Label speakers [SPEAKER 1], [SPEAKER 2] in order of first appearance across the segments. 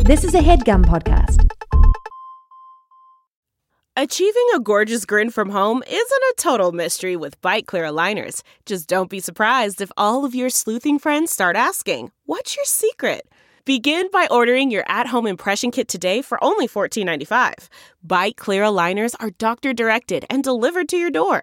[SPEAKER 1] This is a headgum podcast.
[SPEAKER 2] Achieving a gorgeous grin from home isn't a total mystery with bite clear aligners. Just don't be surprised if all of your sleuthing friends start asking, What's your secret? Begin by ordering your at home impression kit today for only $14.95. Bite Clear aligners are doctor directed and delivered to your door.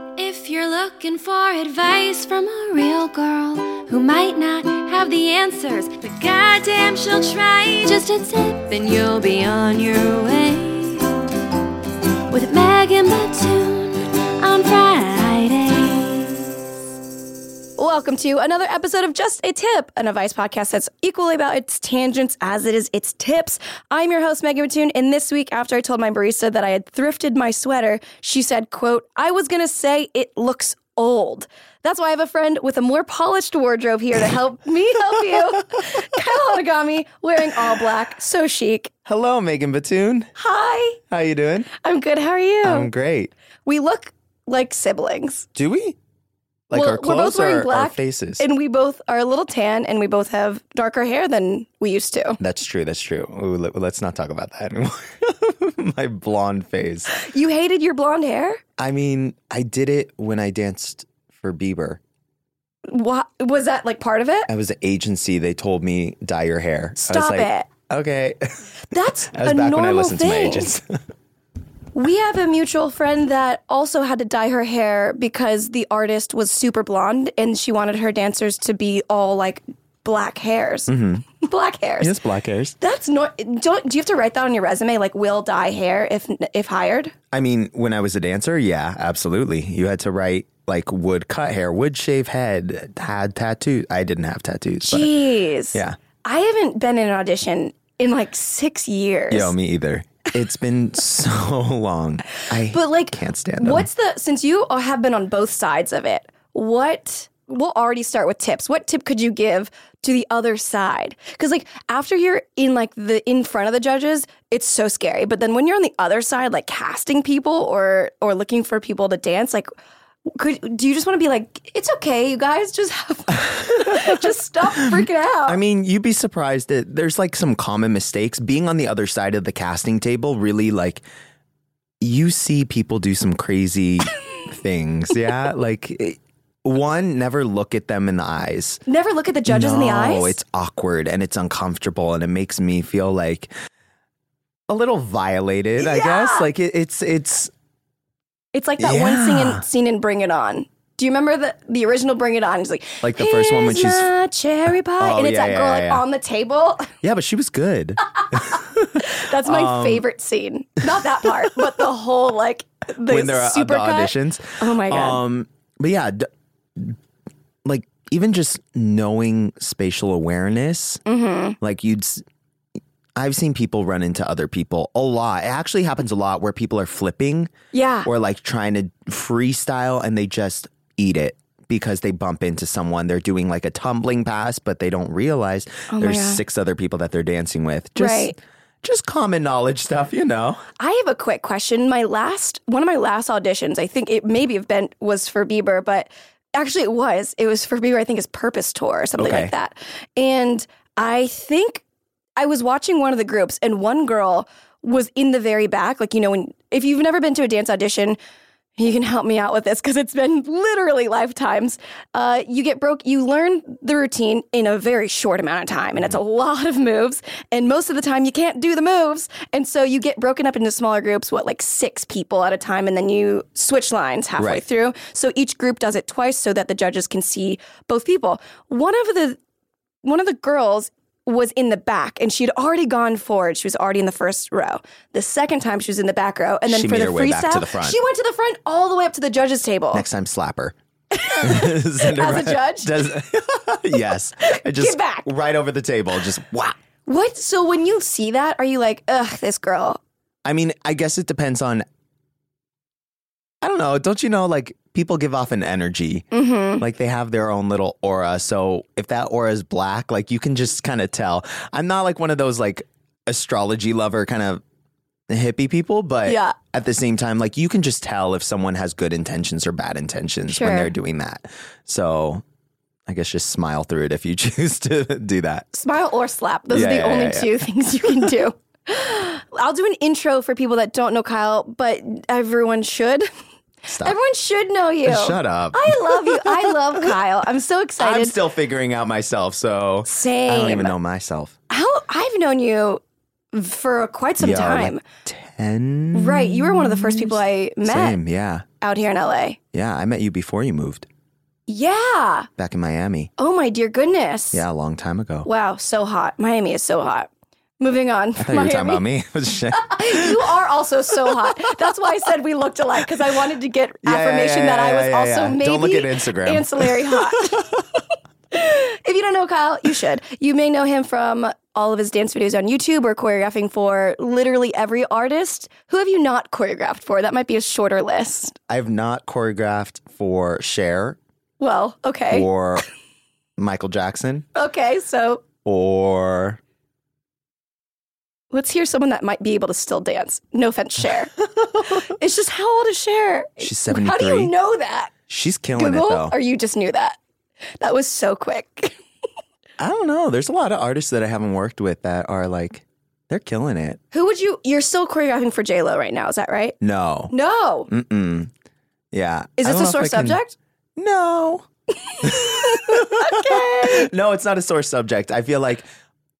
[SPEAKER 3] If you're looking for advice from a real girl who might not have the answers, but goddamn, she'll try. Just a tip and you'll be on your way. With Meg and Batoon on Fridays.
[SPEAKER 4] Welcome to another episode of Just a Tip, an advice podcast that's equally about its tangents as it is its tips. I'm your host, Megan Mattoon, and this week, after I told my barista that I had thrifted my sweater, she said, quote, I was gonna say it looks old. That's why I have a friend with a more polished wardrobe here to help me help you. Kyle Onagami, wearing all black, so chic.
[SPEAKER 5] Hello, Megan Batoon.
[SPEAKER 4] Hi,
[SPEAKER 5] How you doing?
[SPEAKER 4] I'm good. How are you?
[SPEAKER 5] I'm great.
[SPEAKER 4] we look like siblings.
[SPEAKER 5] Do we? Like
[SPEAKER 4] well,
[SPEAKER 5] our clothes
[SPEAKER 4] we're both
[SPEAKER 5] or
[SPEAKER 4] wearing
[SPEAKER 5] our-
[SPEAKER 4] black
[SPEAKER 5] our faces?
[SPEAKER 4] and we both are a little tan, and we both have darker hair than we used to.
[SPEAKER 5] that's true. That's true. Ooh, let, us not talk about that anymore. My blonde face.
[SPEAKER 4] You hated your blonde hair.
[SPEAKER 5] I mean, I did it when I danced for Bieber.
[SPEAKER 4] What was that like part of it?
[SPEAKER 5] I was an agency. They told me dye your hair. I
[SPEAKER 4] Stop
[SPEAKER 5] was like,
[SPEAKER 4] it.
[SPEAKER 5] Okay.
[SPEAKER 4] That's
[SPEAKER 5] That was
[SPEAKER 4] a
[SPEAKER 5] back
[SPEAKER 4] normal
[SPEAKER 5] when I listened
[SPEAKER 4] thing.
[SPEAKER 5] to my agents.
[SPEAKER 4] We have a mutual friend that also had to dye her hair because the artist was super blonde, and she wanted her dancers to be all like black hairs, black hairs.
[SPEAKER 5] Mm-hmm. Yes, black hairs.
[SPEAKER 4] That's not. Don't do you have to write that on your resume? Like, will dye hair if if hired?
[SPEAKER 5] I mean, when I was a dancer, yeah, absolutely. You had to write like would cut hair, would shave head, had tattoos. I didn't have tattoos. but-
[SPEAKER 4] Jeez.
[SPEAKER 5] yeah.
[SPEAKER 4] I haven't been in an audition in like six years.
[SPEAKER 5] Yo, me either. It's been so long. I
[SPEAKER 4] But like,
[SPEAKER 5] can't stand them.
[SPEAKER 4] What's the since you are- have been on both sides of it? What we'll already start with tips. What tip could you give to the other side? Because like after you're in like the in front of the judges, it's so scary. But then when you're on the other side, like casting people or or looking for people to dance, like. Could do you just want to be like it's okay, you guys just have, just stop freaking out.
[SPEAKER 5] I mean, you'd be surprised that there's like some common mistakes. Being on the other side of the casting table, really, like you see people do some crazy things. Yeah, like it- one, never look at them in the eyes.
[SPEAKER 4] Never look at the judges
[SPEAKER 5] no,
[SPEAKER 4] in the eyes.
[SPEAKER 5] it's awkward and it's uncomfortable, and it makes me feel like a little violated. I guess like it, it's it's
[SPEAKER 4] It's like that one scene
[SPEAKER 5] Yeah.
[SPEAKER 4] in, scene in Bring It On. Do you remember the the original Bring It On? It's like
[SPEAKER 5] Like the first one when
[SPEAKER 4] "Here's
[SPEAKER 5] she's-
[SPEAKER 4] my cherry pie,
[SPEAKER 5] Oh,
[SPEAKER 4] and it's
[SPEAKER 5] yeah,
[SPEAKER 4] that
[SPEAKER 5] yeah,
[SPEAKER 4] girl
[SPEAKER 5] yeah,
[SPEAKER 4] like
[SPEAKER 5] yeah.
[SPEAKER 4] on the table.
[SPEAKER 5] yeah, but she was good.
[SPEAKER 4] That's my
[SPEAKER 5] Um,
[SPEAKER 4] favorite scene. Not that part, but the whole like the
[SPEAKER 5] when they're at the
[SPEAKER 4] super
[SPEAKER 5] auditions.
[SPEAKER 4] Oh my God.
[SPEAKER 5] Um, but yeah, d- like even just knowing spatial awareness,
[SPEAKER 4] Mm-hmm.
[SPEAKER 5] like you'd. s- I've seen people run into other people a lot. It actually happens a lot where people are flipping
[SPEAKER 4] Yeah,
[SPEAKER 5] or like trying to freestyle and they just eat it because they bump into someone. They're doing like a tumbling pass, but they don't realize there's
[SPEAKER 4] Oh God.
[SPEAKER 5] six other people that they're dancing with. Just,
[SPEAKER 4] Right.
[SPEAKER 5] just common knowledge stuff, you know.
[SPEAKER 4] I have a quick question. My last one of my last auditions, I think it maybe have been was for Bieber, but actually it was. It was for Bieber, I think his purpose tour or something
[SPEAKER 5] Okay.
[SPEAKER 4] like that. And I think I was watching one of the groups and one girl was in the very back. Like, you know, when if you've never been to a dance audition, you can help me out with this because it's been literally lifetimes. Uh, you get broke, you learn the routine in a very short amount of time, and it's a lot of moves. And most of the time, you can't do the moves. And so you get broken up into smaller groups, what, like six people at a time, and then you switch lines halfway
[SPEAKER 5] Right.
[SPEAKER 4] through. So each group does it twice so that the judges can see both people. One of the one of the girls was in the back and she'd already gone forward. She was already in the first row. The second time she was in the back row. And then
[SPEAKER 5] She
[SPEAKER 4] for
[SPEAKER 5] made
[SPEAKER 4] the
[SPEAKER 5] her
[SPEAKER 4] freestyle,
[SPEAKER 5] way back to the front.
[SPEAKER 4] she went to the front all the way up to the judges' table.
[SPEAKER 5] Next time, slap her. Send her
[SPEAKER 4] As a
[SPEAKER 5] right-
[SPEAKER 4] judge?
[SPEAKER 5] Does, yes. I just
[SPEAKER 4] back.
[SPEAKER 5] right over the table. Just whack.
[SPEAKER 4] What? So when you see that, are you like, ugh, this girl?
[SPEAKER 5] I mean, I guess it depends on I don't know. Don't you know, like, people give off an energy.
[SPEAKER 4] Mm-hmm.
[SPEAKER 5] Like, they have their own little aura. So, if that aura is black, like, you can just kind of tell. I'm not like one of those, like, astrology lover kind of hippie people, but
[SPEAKER 4] Yeah.
[SPEAKER 5] at the same time, like, you can just tell if someone has good intentions or bad intentions
[SPEAKER 4] Sure.
[SPEAKER 5] when they're doing that. So, I guess just smile through it if you choose to do that.
[SPEAKER 4] Smile or slap. Those
[SPEAKER 5] Yeah,
[SPEAKER 4] are the
[SPEAKER 5] yeah,
[SPEAKER 4] only
[SPEAKER 5] yeah, yeah.
[SPEAKER 4] two things you can do. I'll do an intro for people that don't know Kyle, but everyone should.
[SPEAKER 5] Stop.
[SPEAKER 4] Everyone should know you.
[SPEAKER 5] Shut up.
[SPEAKER 4] I love you. I love Kyle. I'm so excited.
[SPEAKER 5] I'm still figuring out myself, so I don't even know myself.
[SPEAKER 4] How I've known you for quite some
[SPEAKER 5] Yeah, like
[SPEAKER 4] time.
[SPEAKER 5] Ten.
[SPEAKER 4] right. You were one of the first people I met
[SPEAKER 5] Same, yeah.
[SPEAKER 4] out here in LA.
[SPEAKER 5] Yeah, I met you before you moved
[SPEAKER 4] Yeah.
[SPEAKER 5] back in Miami.
[SPEAKER 4] Oh my dear goodness.
[SPEAKER 5] Yeah, a long time ago.
[SPEAKER 4] Wow, so hot. Miami is so hot. Moving on.
[SPEAKER 5] I thought you were talking about me. Shit.
[SPEAKER 4] you are also so hot. That's why I said we looked alike because I wanted to get
[SPEAKER 5] Yeah, yeah,
[SPEAKER 4] affirmation
[SPEAKER 5] yeah,
[SPEAKER 4] that I
[SPEAKER 5] yeah,
[SPEAKER 4] was
[SPEAKER 5] yeah,
[SPEAKER 4] also
[SPEAKER 5] yeah.
[SPEAKER 4] maybe
[SPEAKER 5] Don't look at Instagram.
[SPEAKER 4] ancillary hot. if you don't know Kyle, you should. You may know him from all of his dance videos on YouTube or choreographing for literally every artist. Who have you not choreographed for? That might be a shorter list.
[SPEAKER 5] I've not choreographed for Cher
[SPEAKER 4] Well, okay.
[SPEAKER 5] or Michael Jackson
[SPEAKER 4] Okay, so
[SPEAKER 5] or
[SPEAKER 4] let's hear someone that might be able to still dance. No offense, Cher. it's just how old is Cher?
[SPEAKER 5] she's
[SPEAKER 4] How
[SPEAKER 5] 73.
[SPEAKER 4] do you know that?
[SPEAKER 5] She's killing it
[SPEAKER 4] Google
[SPEAKER 5] though.
[SPEAKER 4] or you just knew that? That was so quick.
[SPEAKER 5] I don't know. There's a lot of artists that I haven't worked with that are like they're killing it.
[SPEAKER 4] Who would you you're still choreographing for J Lo right now, is that right?
[SPEAKER 5] No.
[SPEAKER 4] No.
[SPEAKER 5] Mm-mm. Yeah.
[SPEAKER 4] Is
[SPEAKER 5] I
[SPEAKER 4] this
[SPEAKER 5] don't
[SPEAKER 4] a
[SPEAKER 5] know
[SPEAKER 4] sore
[SPEAKER 5] if I can-
[SPEAKER 4] subject?
[SPEAKER 5] No. okay. No, it's not a sore subject. I feel like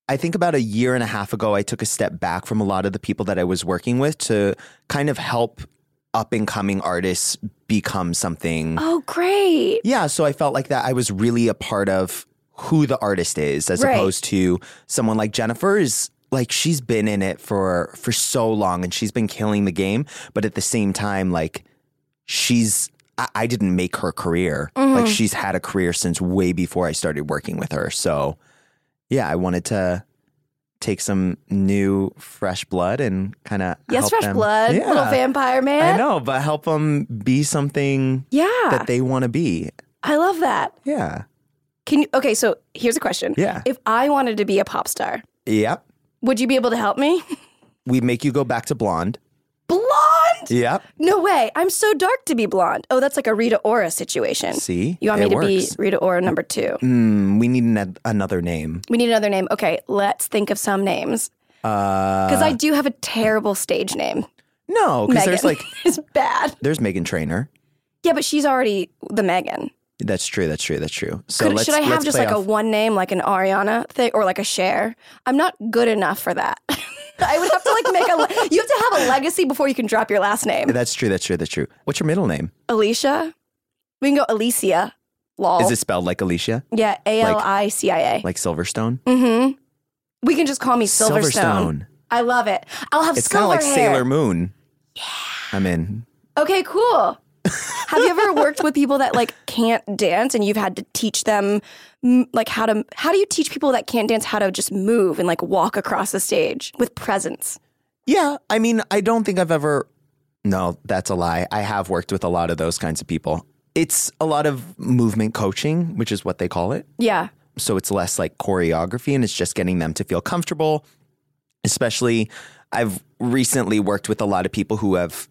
[SPEAKER 5] I think about a year and a half ago, I took a step back from a lot of the people that I was working with to kind of help up and coming artists become something.
[SPEAKER 4] Oh great.
[SPEAKER 5] Yeah. So I felt like that I was really a part of who the artist is as
[SPEAKER 4] Right.
[SPEAKER 5] opposed to someone like Jennifer is like she's been in it for for so long and she's been killing the game. But at the same time, like she's I, I didn't make her career.
[SPEAKER 4] Mm-hmm.
[SPEAKER 5] Like she's had a career since way before I started working with her. So yeah, I wanted to take some new fresh blood and kind of
[SPEAKER 4] Yes, fresh blood, little vampire man.
[SPEAKER 5] I know, but help them be something
[SPEAKER 4] Yeah.
[SPEAKER 5] that they want to be.
[SPEAKER 4] I love that.
[SPEAKER 5] Yeah.
[SPEAKER 4] Can you okay, so here's a question.
[SPEAKER 5] Yeah.
[SPEAKER 4] If I wanted to be a pop star,
[SPEAKER 5] Yep.
[SPEAKER 4] would you be able to help me?
[SPEAKER 5] We make you go back to blonde.
[SPEAKER 4] blonde?
[SPEAKER 5] Yep.
[SPEAKER 4] No way. I'm so dark to be blonde. Oh, that's like a Rita Ora situation.
[SPEAKER 5] See?
[SPEAKER 4] You want me
[SPEAKER 5] It
[SPEAKER 4] to be
[SPEAKER 5] works.
[SPEAKER 4] Rita Ora number two.
[SPEAKER 5] Mm, we need an- another name.
[SPEAKER 4] We need another name. Okay, let's think of some names.
[SPEAKER 5] Uh,
[SPEAKER 4] Because I do have a terrible stage name.
[SPEAKER 5] no, because there's like
[SPEAKER 4] it's bad.
[SPEAKER 5] there's Megan Trainer.
[SPEAKER 4] Yeah, but she's already the Megan.
[SPEAKER 5] That's true. That's true. That's true. So let's,
[SPEAKER 4] should I have
[SPEAKER 5] let's
[SPEAKER 4] just
[SPEAKER 5] play
[SPEAKER 4] like a
[SPEAKER 5] off-
[SPEAKER 4] one name, like an Ariana thing, or like a Cher? I'm not good enough for that. I would have to like make a. le- you have to have a legacy before you can drop your last name.
[SPEAKER 5] That's true. That's true. That's true. What's your middle name?
[SPEAKER 4] Alicia. We can go Alicia. Lol.
[SPEAKER 5] Is it spelled like Alicia,
[SPEAKER 4] yeah, A L I C I A.
[SPEAKER 5] like Silverstone?
[SPEAKER 4] Mm-hmm. We can just call me Silverstone.
[SPEAKER 5] Silverstone.
[SPEAKER 4] I love it. I'll have
[SPEAKER 5] It's kind
[SPEAKER 4] silver
[SPEAKER 5] of like
[SPEAKER 4] hair.
[SPEAKER 5] Sailor Moon. Yeah. I'm in.
[SPEAKER 4] Okay, cool. Have you ever worked with people that like can't dance and you've had to teach them mm, like how to how do you teach people that can't dance how to just move and like walk across the stage with presence?
[SPEAKER 5] Yeah, I mean, I don't think I've ever. No, that's a lie. I have worked with a lot of those kinds of people. It's a lot of movement coaching, which is what they call it.
[SPEAKER 4] Yeah.
[SPEAKER 5] So it's less like choreography and it's just getting them to feel comfortable. Especially, I've recently worked with a lot of people who have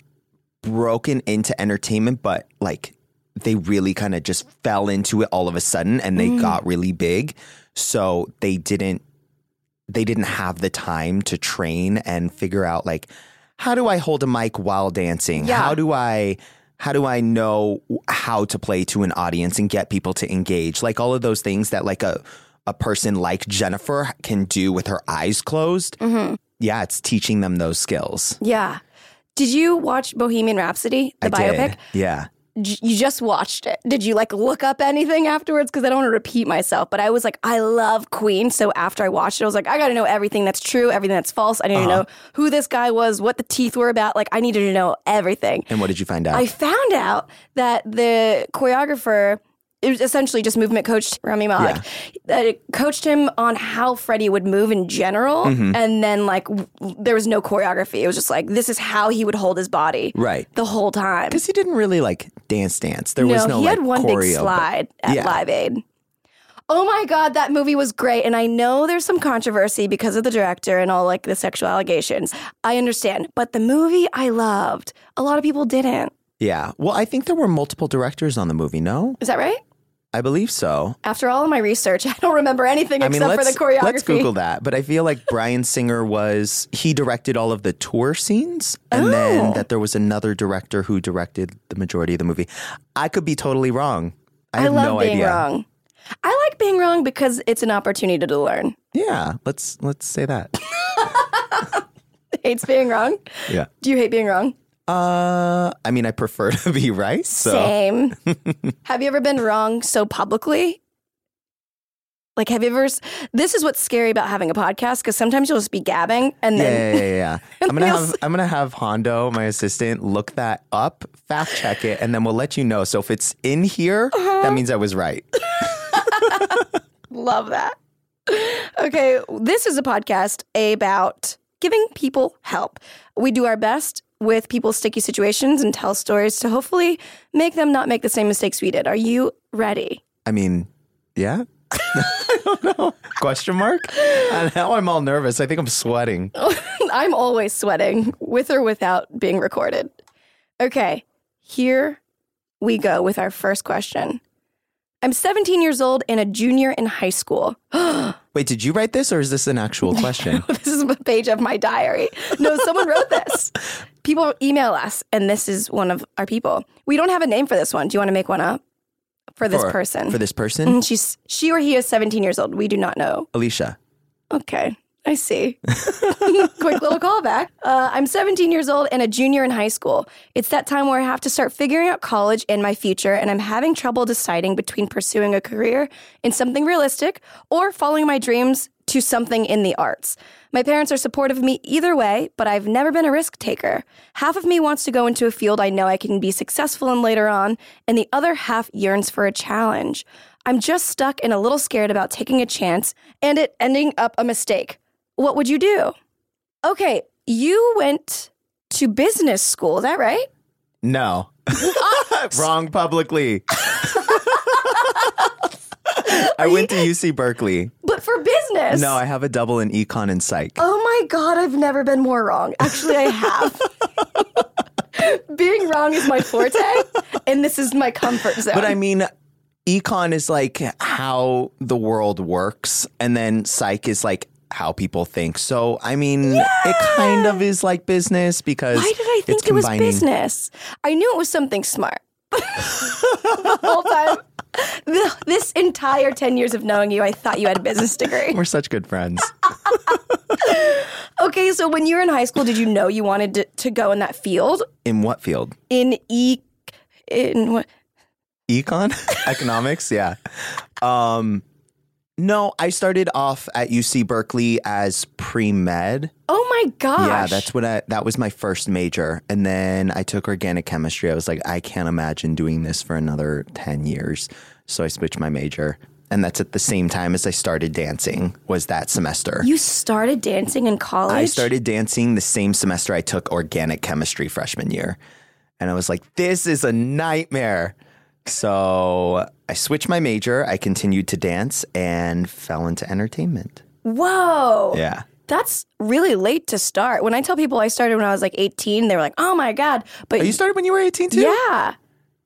[SPEAKER 5] broken into entertainment, but like they really kind of just fell into it all of a sudden and they
[SPEAKER 4] Mm.
[SPEAKER 5] got really big. So they didn't they didn't have the time to train and figure out like how do I hold a mic while dancing?
[SPEAKER 4] Yeah.
[SPEAKER 5] How do I how do I know how to play to an audience and get people to engage? Like all of those things that like a a person like Jennifer can do with her eyes closed.
[SPEAKER 4] Mm-hmm.
[SPEAKER 5] Yeah, it's teaching them those skills.
[SPEAKER 4] Yeah. Did you watch Bohemian Rhapsody, the
[SPEAKER 5] I
[SPEAKER 4] biopic?
[SPEAKER 5] Did. Yeah.
[SPEAKER 4] J- you just watched it. Did you like look up anything afterwards? Because I don't want to repeat myself, but I was like, I love Queen. So after I watched it, I was like, I got to know everything that's true, everything that's false. I need to know who this guy was, what the teeth were about. Like, I needed to know everything.
[SPEAKER 5] And what did you find out?
[SPEAKER 4] I found out that the choreographer it was essentially just movement coached Rami Malek. That it coached him on how Freddie would move in general, and then like w- there was no choreography. It was just like this is how he would hold his body
[SPEAKER 5] Right.
[SPEAKER 4] the whole time.
[SPEAKER 5] Because he didn't really like dance dance. There was no
[SPEAKER 4] he
[SPEAKER 5] like
[SPEAKER 4] had one
[SPEAKER 5] choreo,
[SPEAKER 4] big
[SPEAKER 5] but-
[SPEAKER 4] slide at
[SPEAKER 5] Yeah.
[SPEAKER 4] Live Aid. Oh my God, that movie was great. And I know there's some controversy because of the director and all like the sexual allegations. I understand. But the movie I loved, a lot of people didn't.
[SPEAKER 5] Yeah. Well, I think there were multiple directors on the movie, no?
[SPEAKER 4] Is that right?
[SPEAKER 5] I believe so.
[SPEAKER 4] After all of my research, I don't remember anything
[SPEAKER 5] I mean,
[SPEAKER 4] except for
[SPEAKER 5] let's,
[SPEAKER 4] the choreography.
[SPEAKER 5] let's Google that. But I feel like Brian Singer was, he directed all of the tour scenes. And
[SPEAKER 4] Oh.
[SPEAKER 5] then that there was another director who directed the majority of the movie. I could be totally wrong. I,
[SPEAKER 4] I
[SPEAKER 5] have
[SPEAKER 4] love
[SPEAKER 5] no
[SPEAKER 4] being
[SPEAKER 5] idea.
[SPEAKER 4] wrong. I like being wrong because it's an opportunity to learn.
[SPEAKER 5] Yeah. Let's, let's say that.
[SPEAKER 4] Hates being wrong.
[SPEAKER 5] yeah.
[SPEAKER 4] Do you hate being wrong?
[SPEAKER 5] Uh, I mean, I prefer to be right. So
[SPEAKER 4] Same. have you ever been wrong so publicly? Like, have you ever? s- This is what's scary about having a podcast because sometimes you'll just be gabbing and
[SPEAKER 5] Yeah,
[SPEAKER 4] then
[SPEAKER 5] yeah, yeah, yeah. I'm gonna
[SPEAKER 4] Feels-
[SPEAKER 5] have I'm gonna have Hondo, my assistant, look that up, fact check it, and then we'll let you know. So if it's in here,
[SPEAKER 4] Uh-huh.
[SPEAKER 5] that means I was right.
[SPEAKER 4] love that. Okay, this is a podcast about giving people help. We do our best with people's sticky situations and tell stories to hopefully make them not make the same mistakes we did. Are you ready?
[SPEAKER 5] I mean, yeah. I don't know. Question mark? And now I'm all nervous. I think I'm sweating.
[SPEAKER 4] I'm always sweating with or without being recorded. Okay, here we go with our first question. I'm 17 years old and a junior in high school.
[SPEAKER 5] Wait, did you write this or is this an actual question?
[SPEAKER 4] this is a page of my diary. No, someone wrote this. People email us, and this is one of our people. We don't have a name for this one. Do you want to make one up for this
[SPEAKER 5] For-
[SPEAKER 4] person?
[SPEAKER 5] For this person,
[SPEAKER 4] Mm, She's she or he is 17 years old. We do not know.
[SPEAKER 5] Alicia.
[SPEAKER 4] Okay, I see. Quick little callback. Uh, I'm 17 years old and a junior in high school. It's that time where I have to start figuring out college and my future, and I'm having trouble deciding between pursuing a career in something realistic or following my dreams to something in the arts. My parents are supportive of me either way, but I've never been a risk taker. Half of me wants to go into a field I know I can be successful in later on, and the other half yearns for a challenge. I'm just stuck and a little scared about taking a chance and it ending up a mistake. What would you do? Okay, you went to business school, is that right?
[SPEAKER 5] No. Wrong publicly. I went to UC Berkeley.
[SPEAKER 4] But for business.
[SPEAKER 5] No, I have a double in econ and psych.
[SPEAKER 4] Oh my God, I've never been more wrong. Actually, I have. Being wrong is my forte, and this is my comfort zone.
[SPEAKER 5] But I mean, econ is like how the world works, and then psych is like how people think. So, I mean, it kind of is like business because
[SPEAKER 4] Why did I think
[SPEAKER 5] it's
[SPEAKER 4] it was
[SPEAKER 5] combining-
[SPEAKER 4] business? I knew it was something smart. the whole time. The- This entire 10 years of knowing you, I thought you had a business degree.
[SPEAKER 5] We're such good friends.
[SPEAKER 4] Okay, so when you were in high school, did you know you wanted to, to go in that field?
[SPEAKER 5] In what field?
[SPEAKER 4] In e, in what?
[SPEAKER 5] Econ? Economics? Yeah. Um, no, I started off at UC Berkeley as pre med.
[SPEAKER 4] Oh my gosh!
[SPEAKER 5] Yeah, that's what I that was my first major. And then I took organic chemistry. I was like, I can't imagine doing this for another 10 years. So I switched my major. And that's at the same time as I started dancing was that semester.
[SPEAKER 4] you started dancing in college.
[SPEAKER 5] I started dancing the same semester I took organic chemistry freshman year. And I was like, this is a nightmare. So I switched my major, I continued to dance and fell into entertainment.
[SPEAKER 4] Whoa!
[SPEAKER 5] Yeah.
[SPEAKER 4] That's really late to start. When I tell people I started when I was like 18, they were like, "Oh my god!" But
[SPEAKER 5] Oh, you started when you were 18 too? Uh,
[SPEAKER 4] yeah,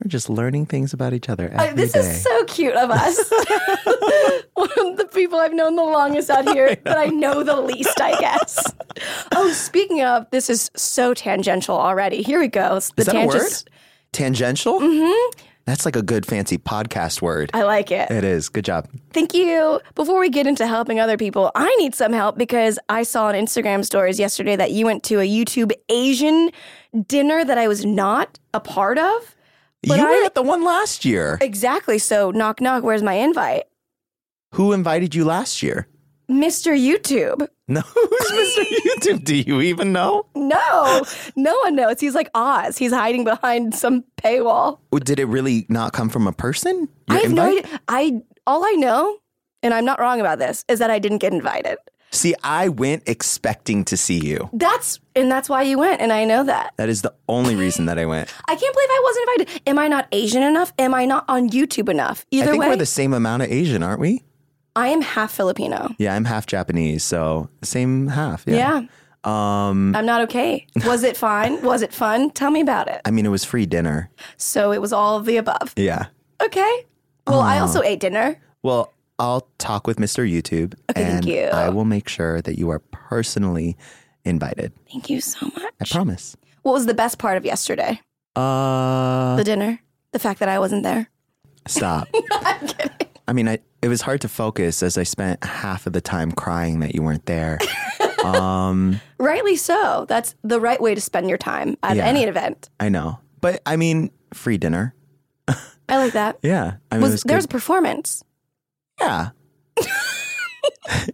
[SPEAKER 5] We're just learning things about each other every day.
[SPEAKER 4] I- this is so cute of us. One of the people I've known the longest out here, but I know the least, I guess. oh, speaking of, this is so tangential already. Here we go. The
[SPEAKER 5] Is that a word?
[SPEAKER 4] tangents-
[SPEAKER 5] Tangential? Mm-hmm. That's like a good fancy podcast word.
[SPEAKER 4] I like it.
[SPEAKER 5] it is. Good job.
[SPEAKER 4] Thank you. Before we get into helping other people, I need some help because I saw on Instagram stories yesterday that you went to a YouTube Asian dinner that I was not a part of. But
[SPEAKER 5] you
[SPEAKER 4] I-
[SPEAKER 5] were at the one last year.
[SPEAKER 4] Exactly. So, knock, knock, where's my invite?
[SPEAKER 5] Who invited you last year?
[SPEAKER 4] Mr. YouTube.
[SPEAKER 5] No, who's Mr. YouTube? Do you even know?
[SPEAKER 4] No, no one knows. He's like Oz. He's hiding behind some paywall.
[SPEAKER 5] Or Oh, Did it really not come from a person? Your
[SPEAKER 4] I have no
[SPEAKER 5] invite?
[SPEAKER 4] idea. I all I know, and I'm not wrong about this, is that I didn't get invited.
[SPEAKER 5] See, I went expecting to see you.
[SPEAKER 4] That's and that's why you went, and I know that.
[SPEAKER 5] That is the only reason that I went.
[SPEAKER 4] I can't believe I wasn't invited. Am I not Asian enough? Am I not on YouTube enough?
[SPEAKER 5] I
[SPEAKER 4] Either
[SPEAKER 5] think
[SPEAKER 4] way,
[SPEAKER 5] we're the same amount of Asian, aren't we?
[SPEAKER 4] I am half Filipino.
[SPEAKER 5] Yeah, I'm half Japanese, so same half.
[SPEAKER 4] Yeah.
[SPEAKER 5] Yeah. Um,
[SPEAKER 4] I'm not okay. Was it fine? Was it fun? Tell me about it.
[SPEAKER 5] I mean, it was free dinner.
[SPEAKER 4] So it was all of the above.
[SPEAKER 5] Yeah.
[SPEAKER 4] Okay. Well, I also
[SPEAKER 5] Uh-huh.
[SPEAKER 4] ate dinner.
[SPEAKER 5] Well, I'll talk with Mr. YouTube,
[SPEAKER 4] Okay,
[SPEAKER 5] and
[SPEAKER 4] thank you.
[SPEAKER 5] I will make sure that you are personally invited.
[SPEAKER 4] Thank you so
[SPEAKER 5] I
[SPEAKER 4] much.
[SPEAKER 5] promise.
[SPEAKER 4] What was the best part of yesterday?
[SPEAKER 5] Uh,
[SPEAKER 4] The dinner. The fact that I wasn't there.
[SPEAKER 5] stop. I mean, I it was hard to focus as I spent half of the time crying that you weren't there. um,
[SPEAKER 4] Rightly so. That's the right way to spend your time at
[SPEAKER 5] Yeah.
[SPEAKER 4] any event.
[SPEAKER 5] I know, but I mean, free dinner.
[SPEAKER 4] I like that.
[SPEAKER 5] Yeah, I mean,
[SPEAKER 4] was,
[SPEAKER 5] it was
[SPEAKER 4] there was a
[SPEAKER 5] good.
[SPEAKER 4] performance?
[SPEAKER 5] yeah.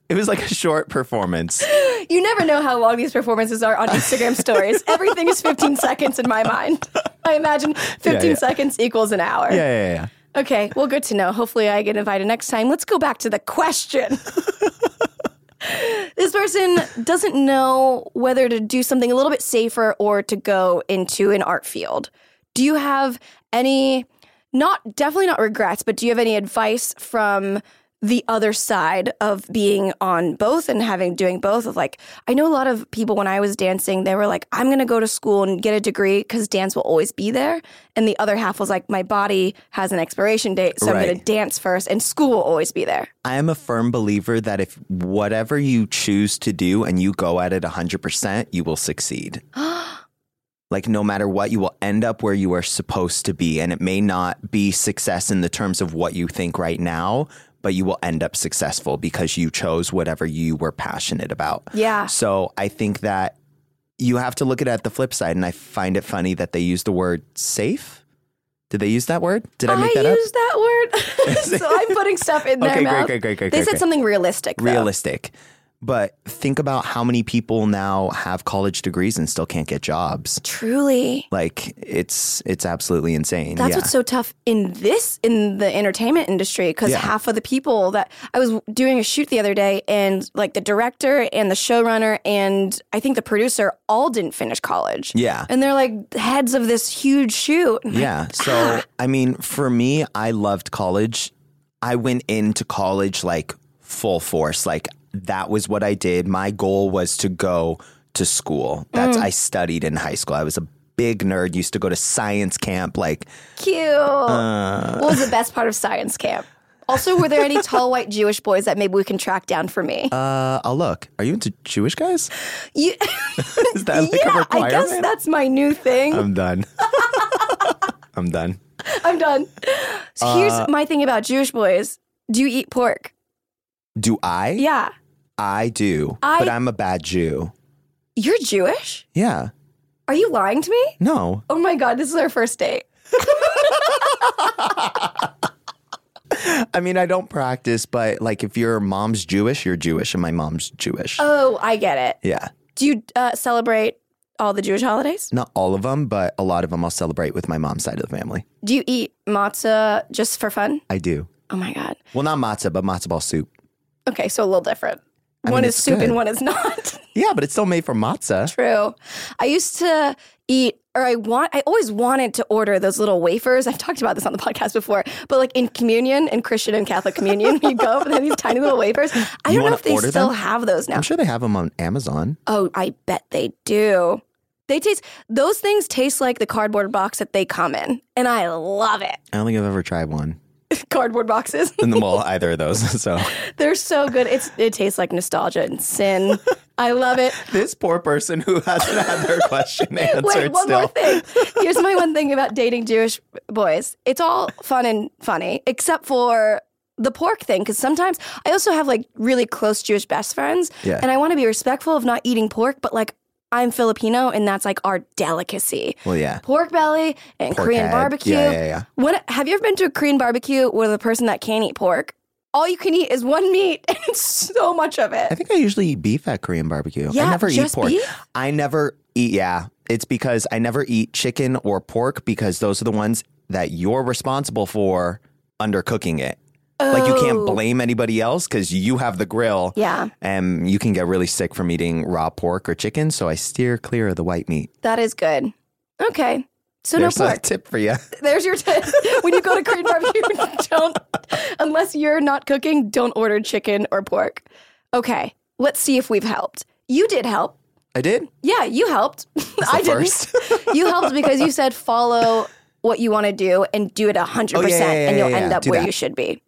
[SPEAKER 5] it was like a short performance.
[SPEAKER 4] You never know how long these performances are on Instagram stories. Everything is 15 seconds in my mind. I imagine 15
[SPEAKER 5] yeah.
[SPEAKER 4] seconds equals an hour.
[SPEAKER 5] Yeah, yeah, yeah.
[SPEAKER 4] Okay, well, good to know. Hopefully, I get invited next time. Let's go back to the question. this person doesn't know whether to do something a little bit safer or to go into an art field. Do you have any, not definitely not regrets, but do you have any advice from the other side of being on both and having doing both of like I know a lot of people when I was dancing they were like I'm going to go to school and get a degree cuz dance will always be there and the other half was like my body has an expiration date so I'm going to
[SPEAKER 5] Right.
[SPEAKER 4] dance first and school will always be there.
[SPEAKER 5] I am a firm believer that if whatever you choose to do and you go at it 100%, you will succeed. like, no matter what, you will end up where you are supposed to be. And it may not be success in the terms of what you think right now, but you will end up successful because you chose whatever you were passionate about.
[SPEAKER 4] Yeah.
[SPEAKER 5] So I think that you have to look at it at the flip side. And I find it funny that they use the word safe. Did they use that word? Did I make that up?
[SPEAKER 4] used that word, so I'm putting stuff in there.
[SPEAKER 5] Okay, great,
[SPEAKER 4] now.
[SPEAKER 5] great, great, great,
[SPEAKER 4] They
[SPEAKER 5] great,
[SPEAKER 4] said
[SPEAKER 5] great.
[SPEAKER 4] something realistic. though.
[SPEAKER 5] realistic. But think about how many people now have college degrees and still can't get jobs.
[SPEAKER 4] Truly,
[SPEAKER 5] Like it's it's absolutely insane.
[SPEAKER 4] that's
[SPEAKER 5] yeah.
[SPEAKER 4] what's so tough in this in the entertainment industry because
[SPEAKER 5] Yeah.
[SPEAKER 4] half of the people that I was doing a shoot the other day, and like the director and the showrunner and I think the producer all didn't finish college.
[SPEAKER 5] Yeah.
[SPEAKER 4] and they're like heads of this huge shoot.
[SPEAKER 5] yeah. So I mean, for me, I loved college. I went into college like full force. Like that was what I did. My goal was to go to school. That's
[SPEAKER 4] Mm.
[SPEAKER 5] I studied in high school. I was a big nerd. Used to go to science camp. Like
[SPEAKER 4] Cute.
[SPEAKER 5] Uh.
[SPEAKER 4] what was the best part of science camp? Also, were there any tall white Jewish boys that maybe we can track down for me?
[SPEAKER 5] uh, I'll look. Are you into Jewish guys?
[SPEAKER 4] you,
[SPEAKER 5] Is that like a
[SPEAKER 4] yeah,
[SPEAKER 5] requirement? Um,
[SPEAKER 4] I guess that's my new thing.
[SPEAKER 5] I'm done. I'm done.
[SPEAKER 4] I'm done. So
[SPEAKER 5] uh,
[SPEAKER 4] here's my thing about Jewish boys. Do you eat pork?
[SPEAKER 5] Do I?
[SPEAKER 4] Yeah.
[SPEAKER 5] I do.
[SPEAKER 4] I-
[SPEAKER 5] but I'm a bad Jew.
[SPEAKER 4] You're Jewish?
[SPEAKER 5] Yeah.
[SPEAKER 4] Are you lying to me?
[SPEAKER 5] No.
[SPEAKER 4] Oh my God, this is our first date.
[SPEAKER 5] I mean, I don't practice, but like if your mom's Jewish, you're Jewish, and my mom's Jewish.
[SPEAKER 4] Oh, I get it.
[SPEAKER 5] yeah.
[SPEAKER 4] Do you uh, celebrate all the Jewish holidays?
[SPEAKER 5] Not all of them, but a lot of them I'll celebrate with my mom's side of the family.
[SPEAKER 4] Do you eat matzah just for fun?
[SPEAKER 5] I do.
[SPEAKER 4] Oh my God.
[SPEAKER 5] Well, not matzah, but matzah ball soup.
[SPEAKER 4] Okay, so a little different.
[SPEAKER 5] mean,
[SPEAKER 4] one is
[SPEAKER 5] it's
[SPEAKER 4] soup and
[SPEAKER 5] good.
[SPEAKER 4] one is not.
[SPEAKER 5] Yeah, but it's still made from matzah.
[SPEAKER 4] True. I used to eat or I want I always wanted to order those little wafers. I've talked about this on the podcast before, but like in communion, in Christian and Catholic communion, you go and they have these tiny little wafers. I
[SPEAKER 5] You
[SPEAKER 4] don't know
[SPEAKER 5] wanna
[SPEAKER 4] if they
[SPEAKER 5] order
[SPEAKER 4] still
[SPEAKER 5] them?
[SPEAKER 4] have those now.
[SPEAKER 5] I'm sure they have them on Amazon.
[SPEAKER 4] Oh, I bet they do. They taste those things taste like the cardboard box that they come in, and I love it.
[SPEAKER 5] I don't think I've ever tried one.
[SPEAKER 4] cardboard boxes.
[SPEAKER 5] In the mall, either of those. So
[SPEAKER 4] They're so good. It's it tastes like nostalgia and sin. I love it.
[SPEAKER 5] this poor person who hasn't had their question answered
[SPEAKER 4] Wait, one
[SPEAKER 5] still.
[SPEAKER 4] more thing. Here's my one thing about dating Jewish boys. It's all fun and funny, except for the pork thing, because sometimes I also have like really close Jewish best friends,
[SPEAKER 5] Yeah.
[SPEAKER 4] and I want to be respectful of not eating pork, but like I'm Filipino, and that's like our delicacy.
[SPEAKER 5] Well, yeah.
[SPEAKER 4] Pork belly and
[SPEAKER 5] Pork
[SPEAKER 4] Korean
[SPEAKER 5] head.
[SPEAKER 4] barbecue.
[SPEAKER 5] Yeah, yeah, yeah.
[SPEAKER 4] What have you ever been to a Korean barbecue where the person that can't eat pork all you can eat is one meat and so much of
[SPEAKER 5] I
[SPEAKER 4] it.
[SPEAKER 5] think I usually eat beef at Korean barbecue.
[SPEAKER 4] Yeah,
[SPEAKER 5] I never
[SPEAKER 4] just
[SPEAKER 5] eat pork.
[SPEAKER 4] beef?
[SPEAKER 5] I never eat, yeah. It's because I never eat chicken or pork because those are the ones that you're responsible for undercooking it. Like you can't blame anybody else because you have the grill.
[SPEAKER 4] Oh. Yeah.
[SPEAKER 5] And you can get really sick from eating raw pork or chicken. So I steer clear of the white meat.
[SPEAKER 4] That is good. Okay. So
[SPEAKER 5] There's
[SPEAKER 4] no
[SPEAKER 5] a
[SPEAKER 4] pork.
[SPEAKER 5] tip for you.
[SPEAKER 4] There's your tip. when you go to Korean barbecue, don't unless you're not cooking, don't order chicken or pork. Okay. Let's see if we've helped. You did help.
[SPEAKER 5] I did.
[SPEAKER 4] Yeah, you helped. I
[SPEAKER 5] first.
[SPEAKER 4] didn't. you helped because you said follow what you want to do and do it 100%
[SPEAKER 5] Oh, yeah, yeah, yeah,
[SPEAKER 4] and you'll
[SPEAKER 5] yeah,
[SPEAKER 4] end
[SPEAKER 5] yeah.
[SPEAKER 4] up
[SPEAKER 5] Do
[SPEAKER 4] where
[SPEAKER 5] that.
[SPEAKER 4] you should be.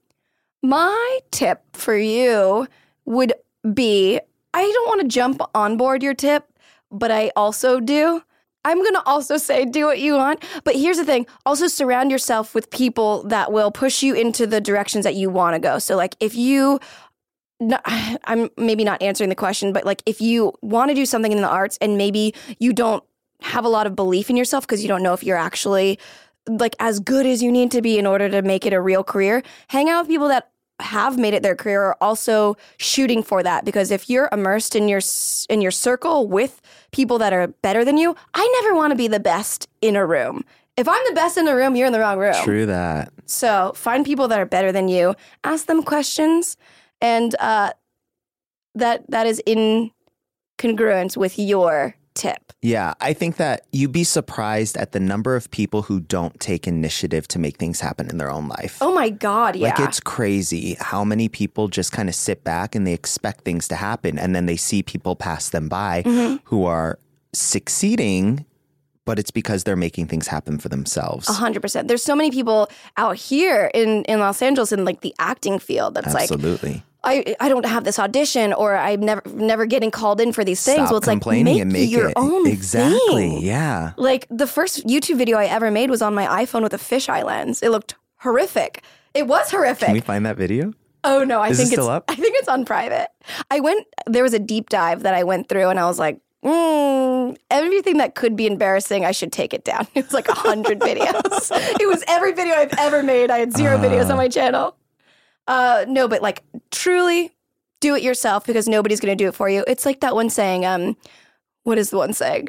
[SPEAKER 4] My tip for you would be I don't want to jump on board your tip, but I also do. I'm going to also say do what you want. But here's the thing also surround yourself with people that will push you into the directions that you want to go. So, like, if you no, I'm maybe not answering the question, but like if you want to do something in the arts and maybe you don't have a lot of belief in yourself because you don't know if you're actually like as good as you need to be in order to make it a real career, hang out with people that have made it their career or also shooting for that because if you're immersed in your s- in your circle with people that are better than you, I never want to be the best in a room. If I'm the best in a room, you're in the wrong room.
[SPEAKER 5] True that.
[SPEAKER 4] So find people that are better than you, ask them questions, and uh, that that is in congruence with your tip.
[SPEAKER 5] Yeah, I think that you'd be surprised at the number of people who don't take initiative to make things happen in their own life.
[SPEAKER 4] Oh my god, yeah.
[SPEAKER 5] Like it's crazy how many people just kind of sit back and they expect things to happen and then they see people pass them by
[SPEAKER 4] Mm-hmm.
[SPEAKER 5] who are succeeding but it's because they're making things happen for themselves.
[SPEAKER 4] a hundred percent. There's so many people out here in, in Los Angeles in like the acting field that's like
[SPEAKER 5] Absolutely.
[SPEAKER 4] I I don't have this audition or I'm never never getting called in for these things.
[SPEAKER 5] Stop
[SPEAKER 4] well, it's like
[SPEAKER 5] complaining
[SPEAKER 4] make,
[SPEAKER 5] and make
[SPEAKER 4] your
[SPEAKER 5] it.
[SPEAKER 4] own
[SPEAKER 5] exactly.
[SPEAKER 4] thing.
[SPEAKER 5] Yeah.
[SPEAKER 4] Like the first YouTube video I ever made was on my iPhone with a fisheye lens. It looked horrific. It was horrific.
[SPEAKER 5] Can we find that video?
[SPEAKER 4] Oh no, I
[SPEAKER 5] Is it
[SPEAKER 4] think
[SPEAKER 5] still
[SPEAKER 4] it's
[SPEAKER 5] up?
[SPEAKER 4] I think it's on private. I went there was a deep dive that I went through and I was like, mm, everything that could be embarrassing, I should take it down. It was like a hundred videos. It was every video I've ever made. I had zero videos on my channel. Uh no, but like truly do it yourself because nobody's gonna do it for you. It's like that one saying, um, what is the one saying?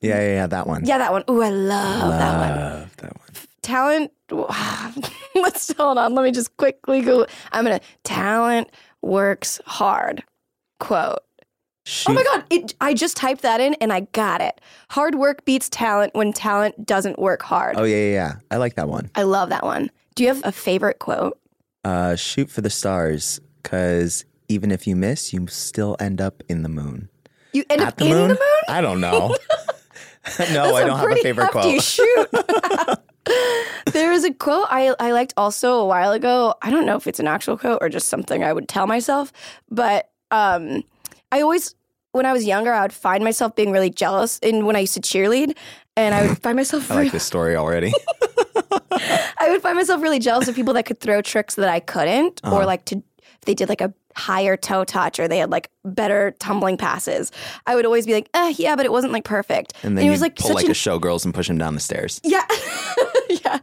[SPEAKER 5] Yeah, yeah, yeah, that one.
[SPEAKER 4] Yeah, that one. Ooh, I love that one
[SPEAKER 5] Love that one.
[SPEAKER 4] talent. Let's hold on. Let me just quickly go. I'm gonna talent works hard. Quote. Oh my
[SPEAKER 5] Shoot.
[SPEAKER 4] god! It, I just typed that in and I got it. Hard work beats talent when talent doesn't work hard.
[SPEAKER 5] Oh yeah, yeah, yeah. I like that one.
[SPEAKER 4] I love that one. Do you have a favorite quote?
[SPEAKER 5] Uh, shoot for the stars cuz even if you miss, you still end up in the moon.
[SPEAKER 4] You end up in the moon.
[SPEAKER 5] I don't know. no,
[SPEAKER 4] That's
[SPEAKER 5] Oh, I don't have a
[SPEAKER 4] pretty
[SPEAKER 5] favorite
[SPEAKER 4] hefty
[SPEAKER 5] quote.
[SPEAKER 4] Shoot. there was a quote I, I liked also a while ago. I don't know if it's an actual quote or just something I would tell myself, but um, I always, when I was younger, I would find myself being really jealous. And when I used to cheerlead, and I would find myself,
[SPEAKER 5] I like this story already.
[SPEAKER 4] I would find myself really jealous of people that could throw tricks that I couldn't, or
[SPEAKER 5] Uh-huh.
[SPEAKER 4] like to if they did like a higher toe touch or they had like better tumbling passes. I would always be like, eh, yeah, but it wasn't like perfect.
[SPEAKER 5] And then
[SPEAKER 4] it
[SPEAKER 5] you
[SPEAKER 4] was like
[SPEAKER 5] pull
[SPEAKER 4] such
[SPEAKER 5] like
[SPEAKER 4] an
[SPEAKER 5] a showgirls and push him down the stairs.
[SPEAKER 4] Yeah. yeah.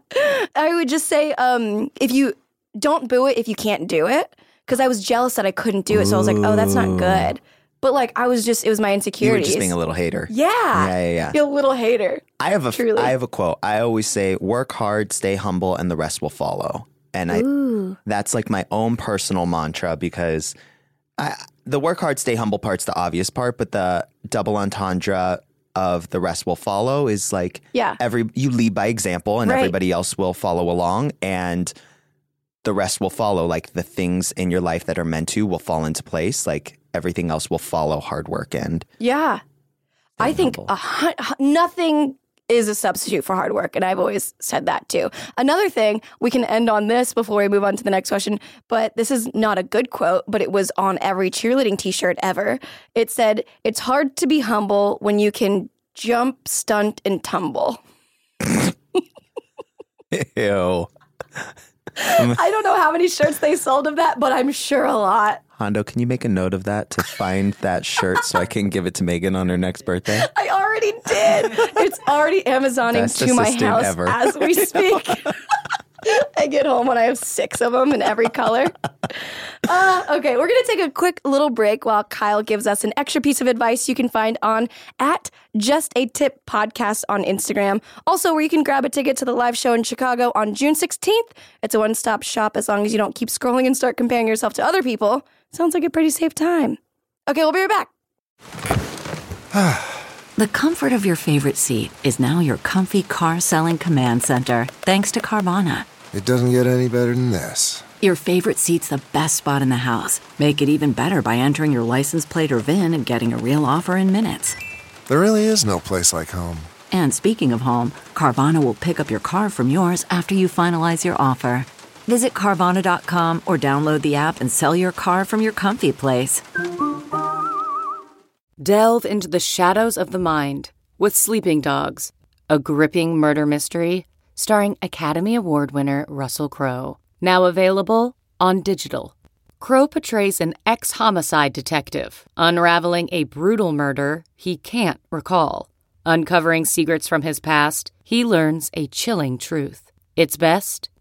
[SPEAKER 4] I would just say um, if you don't boo it if you can't do it. Because I was jealous that I couldn't do it. So I was like, oh, that's not good. But like, I was just, it was my
[SPEAKER 5] You were
[SPEAKER 4] insecurities.
[SPEAKER 5] just being a little hater.
[SPEAKER 4] yeah.
[SPEAKER 5] Yeah, yeah, yeah.
[SPEAKER 4] You're a little hater.
[SPEAKER 5] I have a f-
[SPEAKER 4] Truly.
[SPEAKER 5] I have a quote. I always say, "Work hard, stay humble, and the rest will follow." And I that's like my own personal mantra because I the work hard, stay humble part's the obvious part, but the double entendre of the rest will follow is like
[SPEAKER 4] Yeah.
[SPEAKER 5] every you lead by example and
[SPEAKER 4] Right.
[SPEAKER 5] everybody else will follow along and the rest will follow like the things in your life that are meant to will fall into place like everything else will follow hard work and
[SPEAKER 4] Yeah. I think
[SPEAKER 5] humble.
[SPEAKER 4] a hun- hu- nothing is a substitute for hard work. And I've always said that too. Another thing, we can end on this before we move on to the next question, but this is not a good quote, but it was on every cheerleading t shirt ever. It said, It's hard to be humble when you can jump, stunt, and tumble.
[SPEAKER 5] ew
[SPEAKER 4] I don't know how many shirts they sold of that, but I'm sure a lot.
[SPEAKER 5] Hondo, can you make a note of that to find that shirt so I can give it to Megan on her next birthday?
[SPEAKER 4] I already did. It's already Amazoning
[SPEAKER 5] Best
[SPEAKER 4] to my
[SPEAKER 5] assistant
[SPEAKER 4] house
[SPEAKER 5] ever.
[SPEAKER 4] as we speak. I get home and I have six of them in every color. Uh, okay, we're going to take a quick little break while Kyle gives us an extra piece of advice you can find on at Just a Tip Podcast on Instagram. Also, where you can grab a ticket to the live show in Chicago on June 16th. It's a one stop shop as long as you don't keep scrolling and start comparing yourself to other people. Sounds like a pretty safe time. Okay, we'll be right back.
[SPEAKER 6] The comfort of your favorite seat is now your comfy car selling command center, thanks to Carvana.
[SPEAKER 7] It doesn't get any better than this.
[SPEAKER 6] Your favorite seat's the best spot in the house. Make it even better by entering your license plate or VIN and getting a real offer in minutes.
[SPEAKER 7] There really is no place like home.
[SPEAKER 6] And speaking of home, Carvana will pick up your car from yours after you finalize your offer. Visit Carvana.com or download the app and sell your car from your comfy place.
[SPEAKER 8] Delve into the shadows of the mind with Sleeping Dogs, a gripping murder mystery starring Academy Award winner Russell Crowe. Now available on digital. Crowe portrays an ex homicide detective unraveling a brutal murder he can't recall. Uncovering secrets from his past, he learns a chilling truth. It's best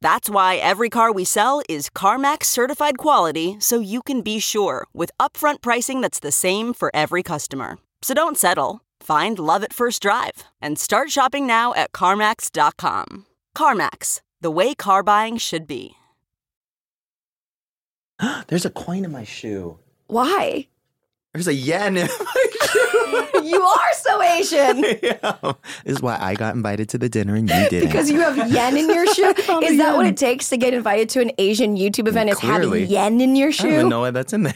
[SPEAKER 9] That's why every car we sell is CarMax certified quality so you can be sure with upfront pricing that's the same for every customer. So don't settle. Find love at first drive and start shopping now at CarMax.com. CarMax, the way car buying should be.
[SPEAKER 5] There's a coin in my shoe.
[SPEAKER 4] Why?
[SPEAKER 5] There's a yen in my shoe.
[SPEAKER 4] you are so Asian
[SPEAKER 5] Yeah. This is why I got invited to the dinner and you didn't.
[SPEAKER 4] because you have yen in your shoe.
[SPEAKER 5] found
[SPEAKER 4] Is
[SPEAKER 5] a
[SPEAKER 4] that what
[SPEAKER 5] yen.
[SPEAKER 4] it takes to get invited to an Asian YouTube event? Is
[SPEAKER 5] Clearly.
[SPEAKER 4] having yen in your
[SPEAKER 5] I don't even
[SPEAKER 4] shoe?
[SPEAKER 5] know why that's in there.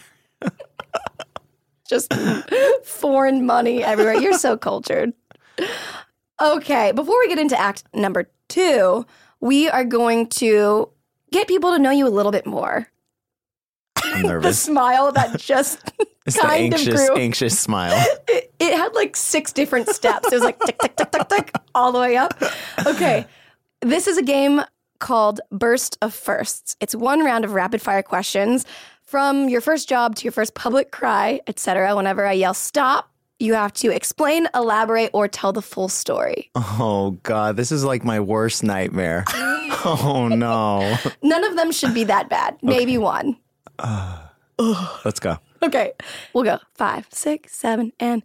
[SPEAKER 4] Just foreign money everywhere. You're so cultured. Okay, before we get into act number two, we are going to get people to know you a little bit more.
[SPEAKER 5] I'm
[SPEAKER 4] The
[SPEAKER 5] nervous.
[SPEAKER 4] smile that just
[SPEAKER 5] It's the
[SPEAKER 4] kind of
[SPEAKER 5] anxious,
[SPEAKER 4] grew.
[SPEAKER 5] anxious smile.
[SPEAKER 4] it, it had like six different steps. It was like tick, tick, tick, tick, tick, all the way up. Okay. This is a game called Burst of Firsts. It's one round of rapid fire questions from your first job to your first public cry, etc. Whenever I yell stop, you have to explain, elaborate, or tell the full story.
[SPEAKER 5] Oh god, this is like my worst nightmare. oh no.
[SPEAKER 4] None of them should be that bad. Maybe one.
[SPEAKER 5] Let's go.
[SPEAKER 4] Okay. We'll go five, six, seven, and.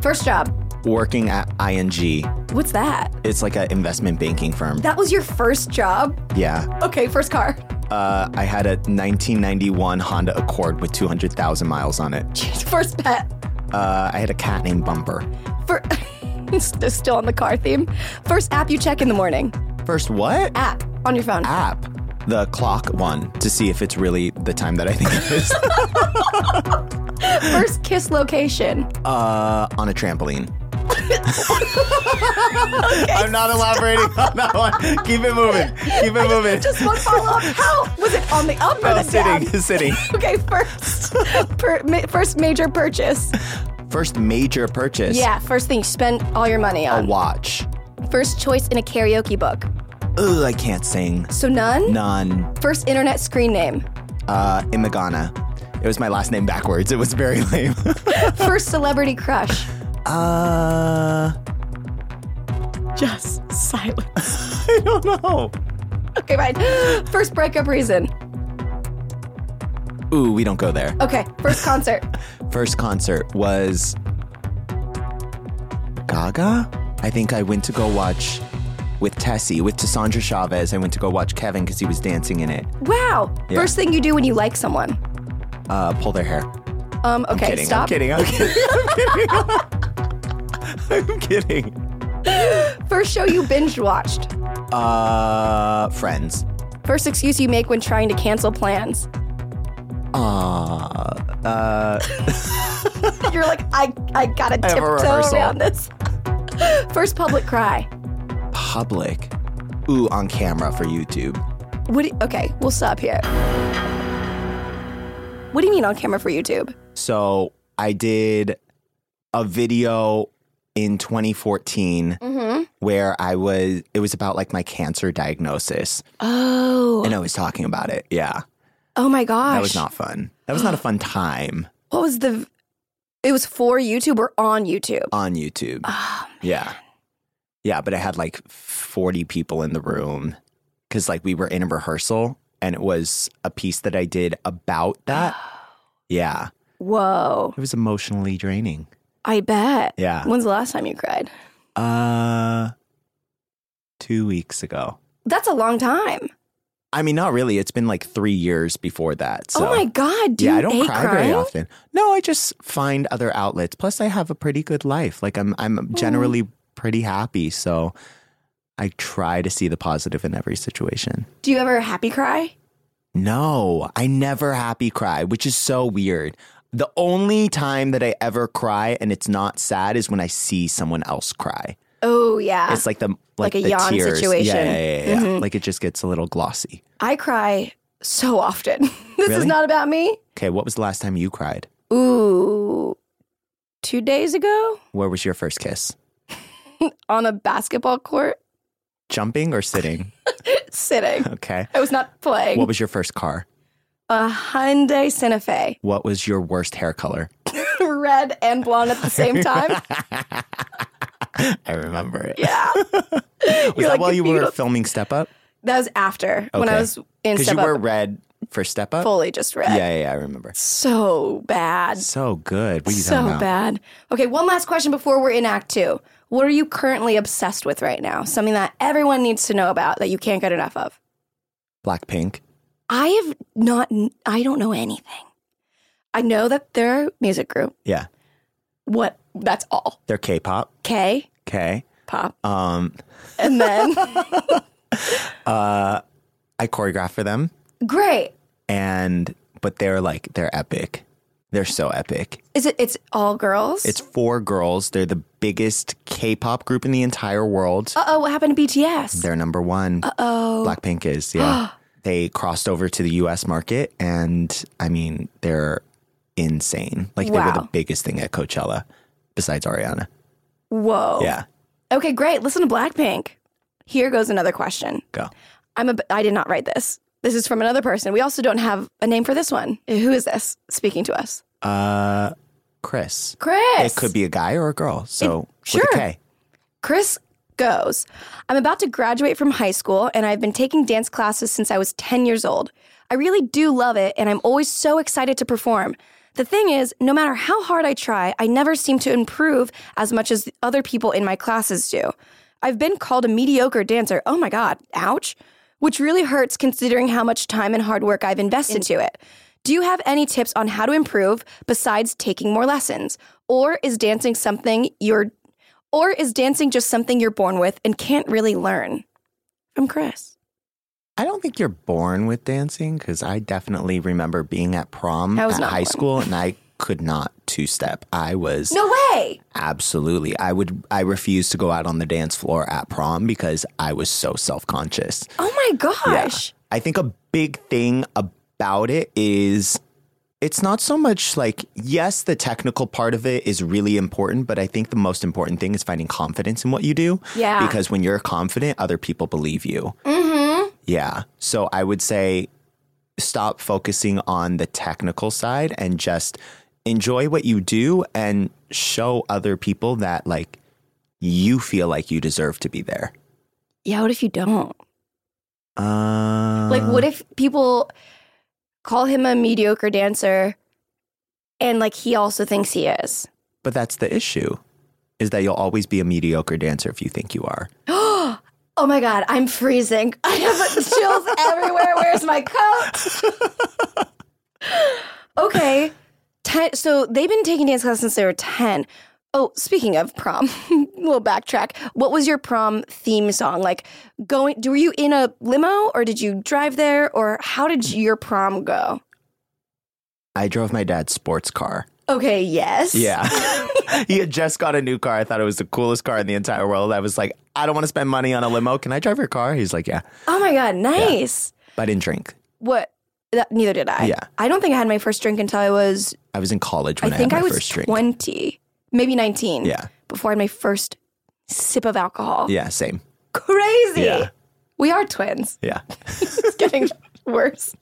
[SPEAKER 4] First job.
[SPEAKER 5] Working at ING.
[SPEAKER 4] What's that?
[SPEAKER 5] It's like an investment banking firm.
[SPEAKER 4] That was your first job?
[SPEAKER 5] yeah.
[SPEAKER 4] Okay, first car.
[SPEAKER 5] Uh, I had a 1991 Honda Accord with 200,000 miles on it.
[SPEAKER 4] Jeez, first pet.
[SPEAKER 5] Uh, I had a cat named Bumper.
[SPEAKER 4] For St- still on the car theme. First app you check in the morning.
[SPEAKER 5] First, what?
[SPEAKER 4] App on your phone.
[SPEAKER 5] App. The clock one to see if it's really the time that I think it is.
[SPEAKER 4] First kiss location.
[SPEAKER 5] uh, on a trampoline. I'm not elaborating on that one. Keep it moving. Keep it moving.
[SPEAKER 4] Just one follow up. How was it on the up or
[SPEAKER 5] Oh,
[SPEAKER 4] the down?
[SPEAKER 5] sitting, sitting.
[SPEAKER 4] Okay, first per, ma- first major purchase.
[SPEAKER 5] First major purchase.
[SPEAKER 4] Yeah, first thing you spent all your money
[SPEAKER 5] A
[SPEAKER 4] on.
[SPEAKER 5] watch.
[SPEAKER 4] First choice in a karaoke book.
[SPEAKER 5] Ugh, I can't sing.
[SPEAKER 4] So none.
[SPEAKER 5] None.
[SPEAKER 4] First internet screen name.
[SPEAKER 5] Uh, Imagana. It was my last name backwards. It was very lame.
[SPEAKER 4] First celebrity crush.
[SPEAKER 5] uh,
[SPEAKER 4] Just silent.
[SPEAKER 5] I don't know.
[SPEAKER 4] Okay, fine. First breakup reason.
[SPEAKER 5] Ooh, we don't go there.
[SPEAKER 4] Okay, first concert.
[SPEAKER 5] First concert was Gaga. I think I went to go watch with Tessie, with Cassandra Chavez. I went to go watch Kevin because he was dancing in it.
[SPEAKER 4] Wow.
[SPEAKER 5] Yeah.
[SPEAKER 4] First thing you do when you like someone.
[SPEAKER 5] Uh, pull their hair.
[SPEAKER 4] Um, okay,
[SPEAKER 5] kidding.
[SPEAKER 4] stop.
[SPEAKER 5] I'm kidding. I'm kidding. I'm kidding. I'm kidding.
[SPEAKER 4] First show you binge watched.
[SPEAKER 5] Uh, friends.
[SPEAKER 4] First excuse you make when trying to cancel plans.
[SPEAKER 5] Uh, uh,
[SPEAKER 4] You're like, I, I gotta
[SPEAKER 5] I have a
[SPEAKER 4] tiptoe
[SPEAKER 5] rehearsal.
[SPEAKER 4] around this. First public cry.
[SPEAKER 5] public. Ooh, on camera for YouTube.
[SPEAKER 4] What? do- okay, we'll stop here. What do you mean on camera for YouTube?
[SPEAKER 5] So I did a video in 2014
[SPEAKER 4] Mm-hmm.
[SPEAKER 5] where I was, it was about like my cancer diagnosis
[SPEAKER 4] Oh.
[SPEAKER 5] and I was talking about it. Yeah.
[SPEAKER 4] Oh my gosh.
[SPEAKER 5] That was not fun. That was not a fun time
[SPEAKER 4] What was the? It was for YouTube or on YouTube.
[SPEAKER 5] on YouTube.
[SPEAKER 4] Ah,
[SPEAKER 5] Yeah. Yeah. But I had like 40 people in the room because like we were in a rehearsal and it was a piece that I did about that. Yeah.
[SPEAKER 4] Whoa.
[SPEAKER 5] It was emotionally draining.
[SPEAKER 4] I bet.
[SPEAKER 5] Yeah.
[SPEAKER 4] When's the last time you cried?
[SPEAKER 5] Uh, two weeks ago.
[SPEAKER 4] That's a long time. Oh
[SPEAKER 5] I mean, not really. It's been like three years before that. So.
[SPEAKER 4] oh my god. Do
[SPEAKER 5] yeah,
[SPEAKER 4] you
[SPEAKER 5] I don't
[SPEAKER 4] hate
[SPEAKER 5] cry
[SPEAKER 4] crying?
[SPEAKER 5] very often. No, I just find other outlets. Plus, I have a pretty good life. Like I'm, I'm generally pretty happy. So I try to see the positive in every situation.
[SPEAKER 4] Do you ever happy cry?
[SPEAKER 5] No, I never happy cry, which is so weird. The only time that I ever cry and it's not sad is when I see someone else cry.
[SPEAKER 4] Oh yeah.
[SPEAKER 5] It's like the like,
[SPEAKER 4] Like a
[SPEAKER 5] the
[SPEAKER 4] yawn
[SPEAKER 5] tears.
[SPEAKER 4] situation. Mm-hmm.
[SPEAKER 5] Yeah, yeah, yeah. yeah. Like it just gets a little glossy.
[SPEAKER 4] I cry so often. this
[SPEAKER 5] Really?
[SPEAKER 4] is not about me.
[SPEAKER 5] Okay, what was the last time you cried?
[SPEAKER 4] Ooh. Two days ago
[SPEAKER 5] Where was your first kiss?
[SPEAKER 4] on a basketball court
[SPEAKER 5] Jumping or sitting?
[SPEAKER 4] sitting.
[SPEAKER 5] Okay.
[SPEAKER 4] I was not playing.
[SPEAKER 5] What was your first car?
[SPEAKER 4] a Hyundai Santa Fe,
[SPEAKER 5] What was your worst hair color?
[SPEAKER 4] red and blonde at the same time.
[SPEAKER 5] I remember it.
[SPEAKER 4] Yeah.
[SPEAKER 5] Was
[SPEAKER 4] You're
[SPEAKER 5] that
[SPEAKER 4] like,
[SPEAKER 5] while you
[SPEAKER 4] you
[SPEAKER 5] were
[SPEAKER 4] don't-
[SPEAKER 5] filming Step Up?
[SPEAKER 4] That was after when I
[SPEAKER 5] Okay.
[SPEAKER 4] was in
[SPEAKER 5] Because you
[SPEAKER 4] Step
[SPEAKER 5] were
[SPEAKER 4] Up.
[SPEAKER 5] red for Step Up?
[SPEAKER 4] fully just red.
[SPEAKER 5] Yeah, yeah, yeah, I remember.
[SPEAKER 4] So bad.
[SPEAKER 5] So good. What are you
[SPEAKER 4] So
[SPEAKER 5] talking about?
[SPEAKER 4] bad. Okay, one last question before we're in Act Two. What are you currently obsessed with right now? Something that everyone needs to know about that you can't get enough of.
[SPEAKER 5] Blackpink.
[SPEAKER 4] I have not, I don't know anything. I know that they're a music group.
[SPEAKER 5] Yeah.
[SPEAKER 4] What? That's all.
[SPEAKER 5] They're K pop.
[SPEAKER 4] K
[SPEAKER 5] Okay.
[SPEAKER 4] pop.
[SPEAKER 5] Um,
[SPEAKER 4] And then,
[SPEAKER 5] I choreograph for them
[SPEAKER 4] great.
[SPEAKER 5] and but they're like they're epic. They're so epic.
[SPEAKER 4] Is it, it's all girls?
[SPEAKER 5] It's four girls. They're the biggest K-pop group in the entire world.
[SPEAKER 4] uh oh, what happened to BTS?
[SPEAKER 5] They're number one.
[SPEAKER 4] Oh,
[SPEAKER 5] Blackpink is, yeah. they crossed over to the US market and I mean, they're insane. Like they were the
[SPEAKER 4] Wow.
[SPEAKER 5] biggest thing at Coachella besides Ariana.
[SPEAKER 4] whoa.
[SPEAKER 5] Yeah.
[SPEAKER 4] Okay, great. Listen to Blackpink. Here goes another question.
[SPEAKER 5] Go.
[SPEAKER 4] I'm a, I did not write this. This is from another person. We also don't have a name for this one. Who is this speaking to us?
[SPEAKER 5] Uh Chris.
[SPEAKER 4] Chris.
[SPEAKER 5] It could be a guy or a girl. So
[SPEAKER 4] sure.
[SPEAKER 5] with a K.
[SPEAKER 4] Chris goes, I'm about to graduate from high school and I've been taking dance classes since I was 10 years old. I really do love it and I'm always so excited to perform. The thing is, no matter how hard I try, I never seem to improve as much as the other people in my classes do. I've been called a mediocre dancer. Oh my God, ouch. Which really hurts considering how much time and hard work I've invested into it. Do you have any tips on how to improve besides taking more lessons? Or is dancing something you're or is dancing just something you're born with and can't really learn? From Chris.
[SPEAKER 5] I don't think you're born with dancing because I definitely remember being at prom
[SPEAKER 4] I was
[SPEAKER 5] at
[SPEAKER 4] not
[SPEAKER 5] high
[SPEAKER 4] born.
[SPEAKER 5] school and I could not two step. I was
[SPEAKER 4] No way.
[SPEAKER 5] absolutely. I would. I refused to go out on the dance floor at prom because I was so self conscious.
[SPEAKER 4] Oh my gosh.
[SPEAKER 5] I think a big thing about it is it's not so much like, yes, the technical part of it is really important, but I think the most important thing is finding confidence in what you do.
[SPEAKER 4] Yeah.
[SPEAKER 5] Because when you're confident, other people believe you.
[SPEAKER 4] Mm-hmm.
[SPEAKER 5] Yeah. So I would say stop focusing on the technical side and just enjoy what you do and show other people that, like, you feel like you deserve to be there.
[SPEAKER 4] Yeah, what if you don't?
[SPEAKER 5] Uh,
[SPEAKER 4] like, what if people call him a mediocre dancer and like he also thinks he is?
[SPEAKER 5] But that's the issue is that you'll always be a mediocre dancer if you think you are.
[SPEAKER 4] Oh my God, I'm freezing. I have chills everywhere. Where's my coat? okay. Ten, so they've been taking dance class since they were 10. Oh, speaking of prom, a little backtrack. What was your prom theme song? Like, going, were you in a limo or did you drive there or how did your prom go?
[SPEAKER 5] I drove my dad's sports car.
[SPEAKER 4] Okay, yes.
[SPEAKER 5] Yeah. he had just got a new car. I thought it was the coolest car in the entire world. I was like, I don't want to spend money on a limo. Can I drive your car? He's like, Yeah.
[SPEAKER 4] Oh my God, nice.
[SPEAKER 5] But I didn't drink.
[SPEAKER 4] What? That, neither did I.
[SPEAKER 5] Yeah.
[SPEAKER 4] I don't think I had my first drink until I was,
[SPEAKER 5] I was in college when I,
[SPEAKER 4] I think
[SPEAKER 5] had
[SPEAKER 4] I,
[SPEAKER 5] my
[SPEAKER 4] was
[SPEAKER 5] first drink.
[SPEAKER 4] 20, maybe 19.
[SPEAKER 5] Yeah.
[SPEAKER 4] Before I had my first sip of alcohol.
[SPEAKER 5] Yeah, same.
[SPEAKER 4] Crazy.
[SPEAKER 5] Yeah.
[SPEAKER 4] We are twins.
[SPEAKER 5] Yeah.
[SPEAKER 4] It's getting worse.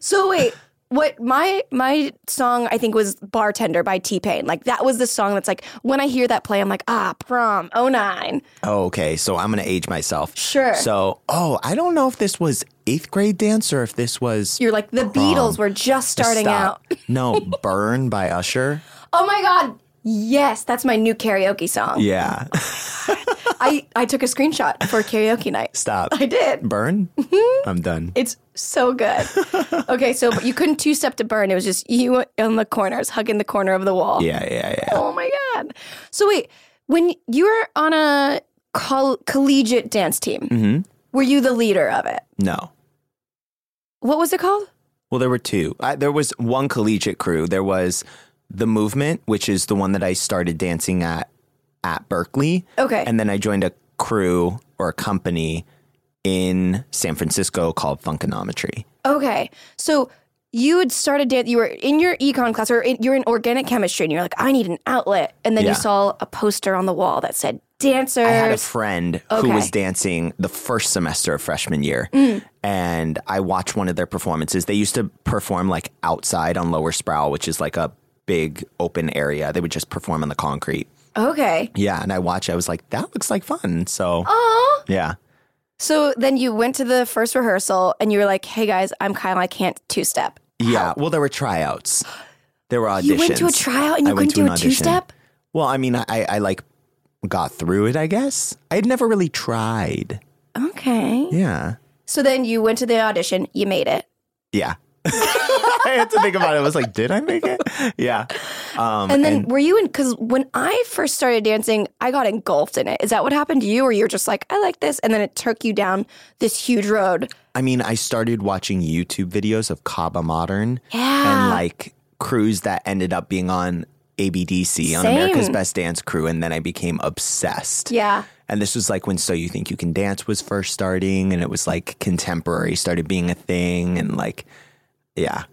[SPEAKER 4] So wait, what my my song I think was Bartender by T Pain. Like that was the song that's like when I hear that play, I'm like, ah, prom, oh nine.
[SPEAKER 5] Oh, okay. So I'm going to age myself.
[SPEAKER 4] Sure.
[SPEAKER 5] So, oh, I don't know if this was eighth grade dance or if this was
[SPEAKER 4] You're like the Beatles were just starting out.
[SPEAKER 5] Stop. no, Burn by Usher.
[SPEAKER 4] Oh my god. Yes, that's my new karaoke song.
[SPEAKER 5] Yeah.
[SPEAKER 4] I, I took a screenshot for karaoke night.
[SPEAKER 5] Stop.
[SPEAKER 4] I did.
[SPEAKER 5] Burn?
[SPEAKER 4] Mm-hmm.
[SPEAKER 5] I'm done.
[SPEAKER 4] It's so good. Okay, so but you couldn't two step to burn. It was just you in the corners, hugging the corner of the wall.
[SPEAKER 5] Yeah, yeah, yeah.
[SPEAKER 4] Oh my god. So wait, when you were on a col- collegiate dance team,
[SPEAKER 5] Mm.
[SPEAKER 4] were you the leader of it?
[SPEAKER 5] Mm-hmm. No.
[SPEAKER 4] What was it called?
[SPEAKER 5] Well, there were two. I, there was one collegiate crew. There was the movement, which is the one that I started dancing at at Berkeley.
[SPEAKER 4] Okay.
[SPEAKER 5] And then I joined a crew or a company in San Francisco called Funkonometry.
[SPEAKER 4] Okay. So you had started dance. You were in your econ class, or in, you're in organic chemistry, and you're like, I need an outlet. And then
[SPEAKER 5] Yeah.
[SPEAKER 4] you saw a poster on the wall that said dancers.
[SPEAKER 5] I had a friend who
[SPEAKER 4] Okay. Mm.
[SPEAKER 5] was dancing the first semester of freshman year, and I watched one of their performances. They used to perform like outside on Lower Sproul, which is like a big open area. They would just perform on the concrete.
[SPEAKER 4] okay.
[SPEAKER 5] Yeah, and I watched. I was like, that looks like fun. So
[SPEAKER 4] Aw.
[SPEAKER 5] yeah,
[SPEAKER 4] So then you went to the first rehearsal, and you were like, Hey guys, I'm Kyle. I can't two step.
[SPEAKER 5] yeah. Well, there were tryouts. There were auditions.
[SPEAKER 4] You went to a tryout and you
[SPEAKER 5] I
[SPEAKER 4] couldn't
[SPEAKER 5] went to
[SPEAKER 4] do
[SPEAKER 5] an
[SPEAKER 4] a two
[SPEAKER 5] audition.
[SPEAKER 4] step.
[SPEAKER 5] Well, I mean, I, I, I like got through it. I guess I had never really tried.
[SPEAKER 4] Okay.
[SPEAKER 5] Yeah.
[SPEAKER 4] So then you went to the audition, you made it.
[SPEAKER 5] Yeah. I had to think about it. I was like, did I make it? Yeah. Um,
[SPEAKER 4] And then were you in? Because when I first started dancing, I got engulfed in it. Is that what happened to you? Or you're just like, I like this. And then it took you down this huge road.
[SPEAKER 5] I mean, I started watching YouTube videos of Kaba Modern and like crews that ended up being on ABDC on America's
[SPEAKER 4] Same.
[SPEAKER 5] Best Dance Crew. And then I became obsessed.
[SPEAKER 4] Yeah.
[SPEAKER 5] And this was like when So You Think You Can Dance was first starting and it was like contemporary started being a thing. And like, yeah,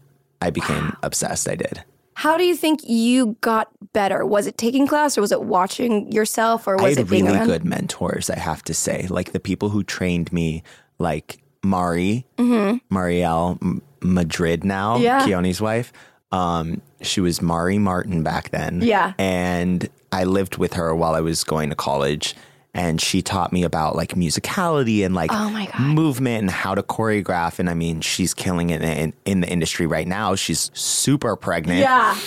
[SPEAKER 5] I became obsessed. I did.
[SPEAKER 4] How do you think you got better? Was it taking class or was it watching yourself or
[SPEAKER 5] I
[SPEAKER 4] was
[SPEAKER 5] had
[SPEAKER 4] it being
[SPEAKER 5] really
[SPEAKER 4] around?
[SPEAKER 5] good mentors, I have to say. Like the people who trained me, like Mari, Marielle M- Madrid now,
[SPEAKER 4] Mm-hmm. Yeah.
[SPEAKER 5] Keone's wife. Um, she was Mari Martin back then.
[SPEAKER 4] Yeah.
[SPEAKER 5] And I lived with her while I was going to college. And she taught me about like musicality and like
[SPEAKER 4] Oh my God.
[SPEAKER 5] movement and how to choreograph. And I mean, she's killing it in, in the industry right now. She's super pregnant
[SPEAKER 4] Yeah.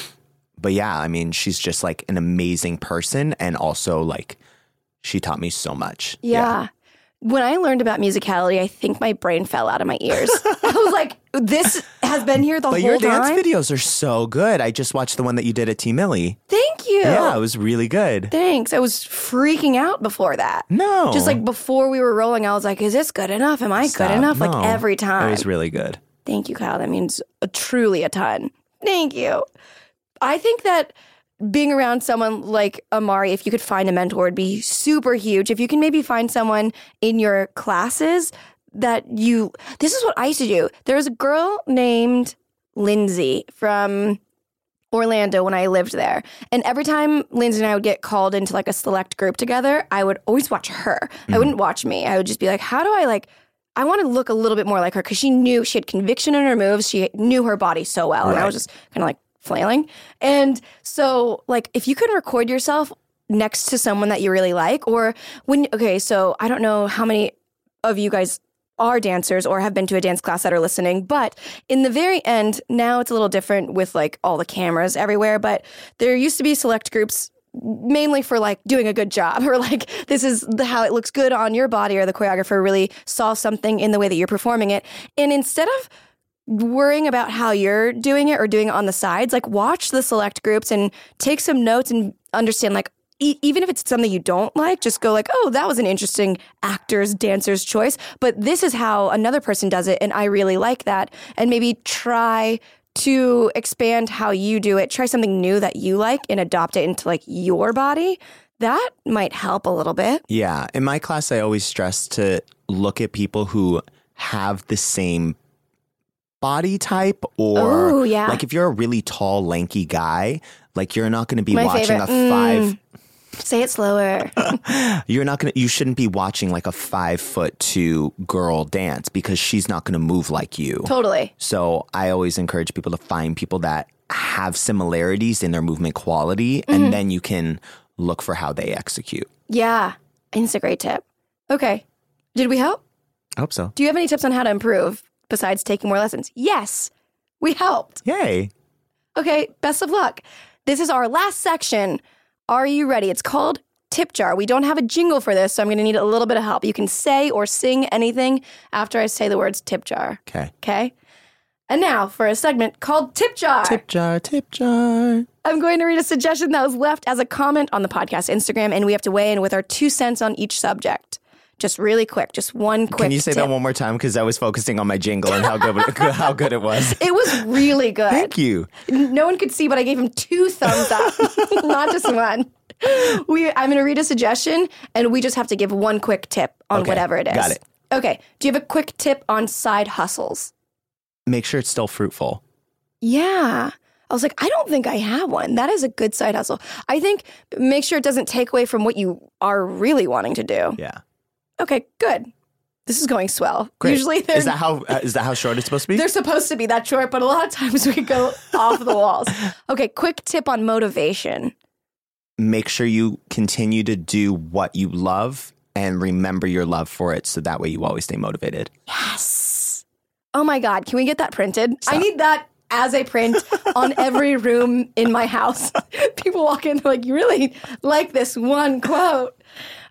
[SPEAKER 5] but yeah, I mean, she's just like an amazing person and also like she taught me so much.
[SPEAKER 4] Yeah. When I learned about musicality, I think my brain fell out of my ears. I was like, this has been here the
[SPEAKER 5] But
[SPEAKER 4] whole
[SPEAKER 5] your dance
[SPEAKER 4] time.
[SPEAKER 5] videos are so good. I just watched the one that you did at T Millie.
[SPEAKER 4] Thank you.
[SPEAKER 5] Yeah, it was really good.
[SPEAKER 4] Thanks. I was freaking out before that.
[SPEAKER 5] no.
[SPEAKER 4] Just like before we were rolling, I was like, is this good enough? Am I
[SPEAKER 5] Stop.
[SPEAKER 4] good enough?
[SPEAKER 5] No.
[SPEAKER 4] Like every
[SPEAKER 5] It
[SPEAKER 4] time.
[SPEAKER 5] was really good.
[SPEAKER 4] Thank you, Kyle. That means a, truly a ton. Thank you. I think that being around someone like Amari, if you could find a mentor, would be super huge. If you can maybe find someone in your classes that you, this is what I used to do. There was a girl named Lindsay from Orlando when I lived there. And every time Lindsay and I would get called into like a select group together, I would always watch her. I wouldn't watch me. I would just be like, how do I like, I want to look a little bit more like her because she knew she had conviction in her moves. She knew her body so well. And I was just kind of like flailing. And so, like, if you can record yourself next to someone that you really like, or when, okay, so I don't know how many of you guys are dancers or have been to a dance class that are listening. But in the very end, now it's a little different with like all the cameras everywhere, but there used to be select groups mainly for like doing a good job or like this is the, how it looks good on your body or the choreographer really saw something in the way that you're performing it. And instead of worrying about how you're doing it or doing it on the sides like watch the select groups and take some notes and understand like e- even if it's something you don't like just go like oh that was an interesting actor's dancer's choice but this is how another person does it and i really like that and maybe try to expand how you do it try something new that you like and adopt it into like your body that might help a little bit
[SPEAKER 5] Yeah. In my class, I always stress to look at people who have the same body type or
[SPEAKER 4] Ooh, yeah.
[SPEAKER 5] like if you're a really tall, lanky guy, like you're not going to be
[SPEAKER 4] My
[SPEAKER 5] watching
[SPEAKER 4] favorite. Mm.
[SPEAKER 5] a five.
[SPEAKER 4] Say it slower.
[SPEAKER 5] You're not going to, you shouldn't be watching like a five foot two girl dance because she's not going to move like you.
[SPEAKER 4] totally.
[SPEAKER 5] So I always encourage people to find people that have similarities in their movement quality,
[SPEAKER 4] Mm-hmm.
[SPEAKER 5] and then you can look for how they execute.
[SPEAKER 4] Yeah. And it's a great tip. Okay. Did we help?
[SPEAKER 5] I hope so.
[SPEAKER 4] Do you have any tips on how to improve besides taking more lessons? Yes. We helped.
[SPEAKER 5] Yay.
[SPEAKER 4] Okay, best of luck. This is our last section. Are you ready? It's called Tip Jar. We don't have a jingle for this, so I'm going to need a little bit of help. You can say or sing anything after I say the words tip jar.
[SPEAKER 5] Okay.
[SPEAKER 4] Okay? And now for a segment called Tip Jar.
[SPEAKER 5] Tip jar, tip jar.
[SPEAKER 4] I'm going to read a suggestion that was left as a comment on the podcast Instagram, and we have to weigh in with our two cents on each subject. Just really quick, just one quick.
[SPEAKER 5] Can you say
[SPEAKER 4] tip.
[SPEAKER 5] that one more time? Because I was focusing on my jingle and how good how good it was.
[SPEAKER 4] It was really good.
[SPEAKER 5] Thank you.
[SPEAKER 4] No one could see, but I gave him two thumbs up, not just one. We, I'm going to read a suggestion, and we just have to give one quick tip on
[SPEAKER 5] Okay,
[SPEAKER 4] whatever it is.
[SPEAKER 5] got it.
[SPEAKER 4] Okay. Do you have a quick tip on side hustles?
[SPEAKER 5] Make sure it's still fruitful.
[SPEAKER 4] Yeah. I was like, I don't think I have one. That is a good side hustle. I think make sure it doesn't take away from what you are really wanting to do.
[SPEAKER 5] Yeah.
[SPEAKER 4] Okay, good. This is going swell.
[SPEAKER 5] Great.
[SPEAKER 4] Usually, they're,
[SPEAKER 5] is that how uh, is that how short it's supposed to be?
[SPEAKER 4] they're supposed to be that short, but a lot of times we go off the walls. Okay, quick tip on motivation.
[SPEAKER 5] Make sure you continue to do what you love and remember your love for it, so that way you always stay motivated.
[SPEAKER 4] Oh my God, can we get that printed? I need that as a print on every room in my house. People walk in, they're like, you really like this one quote.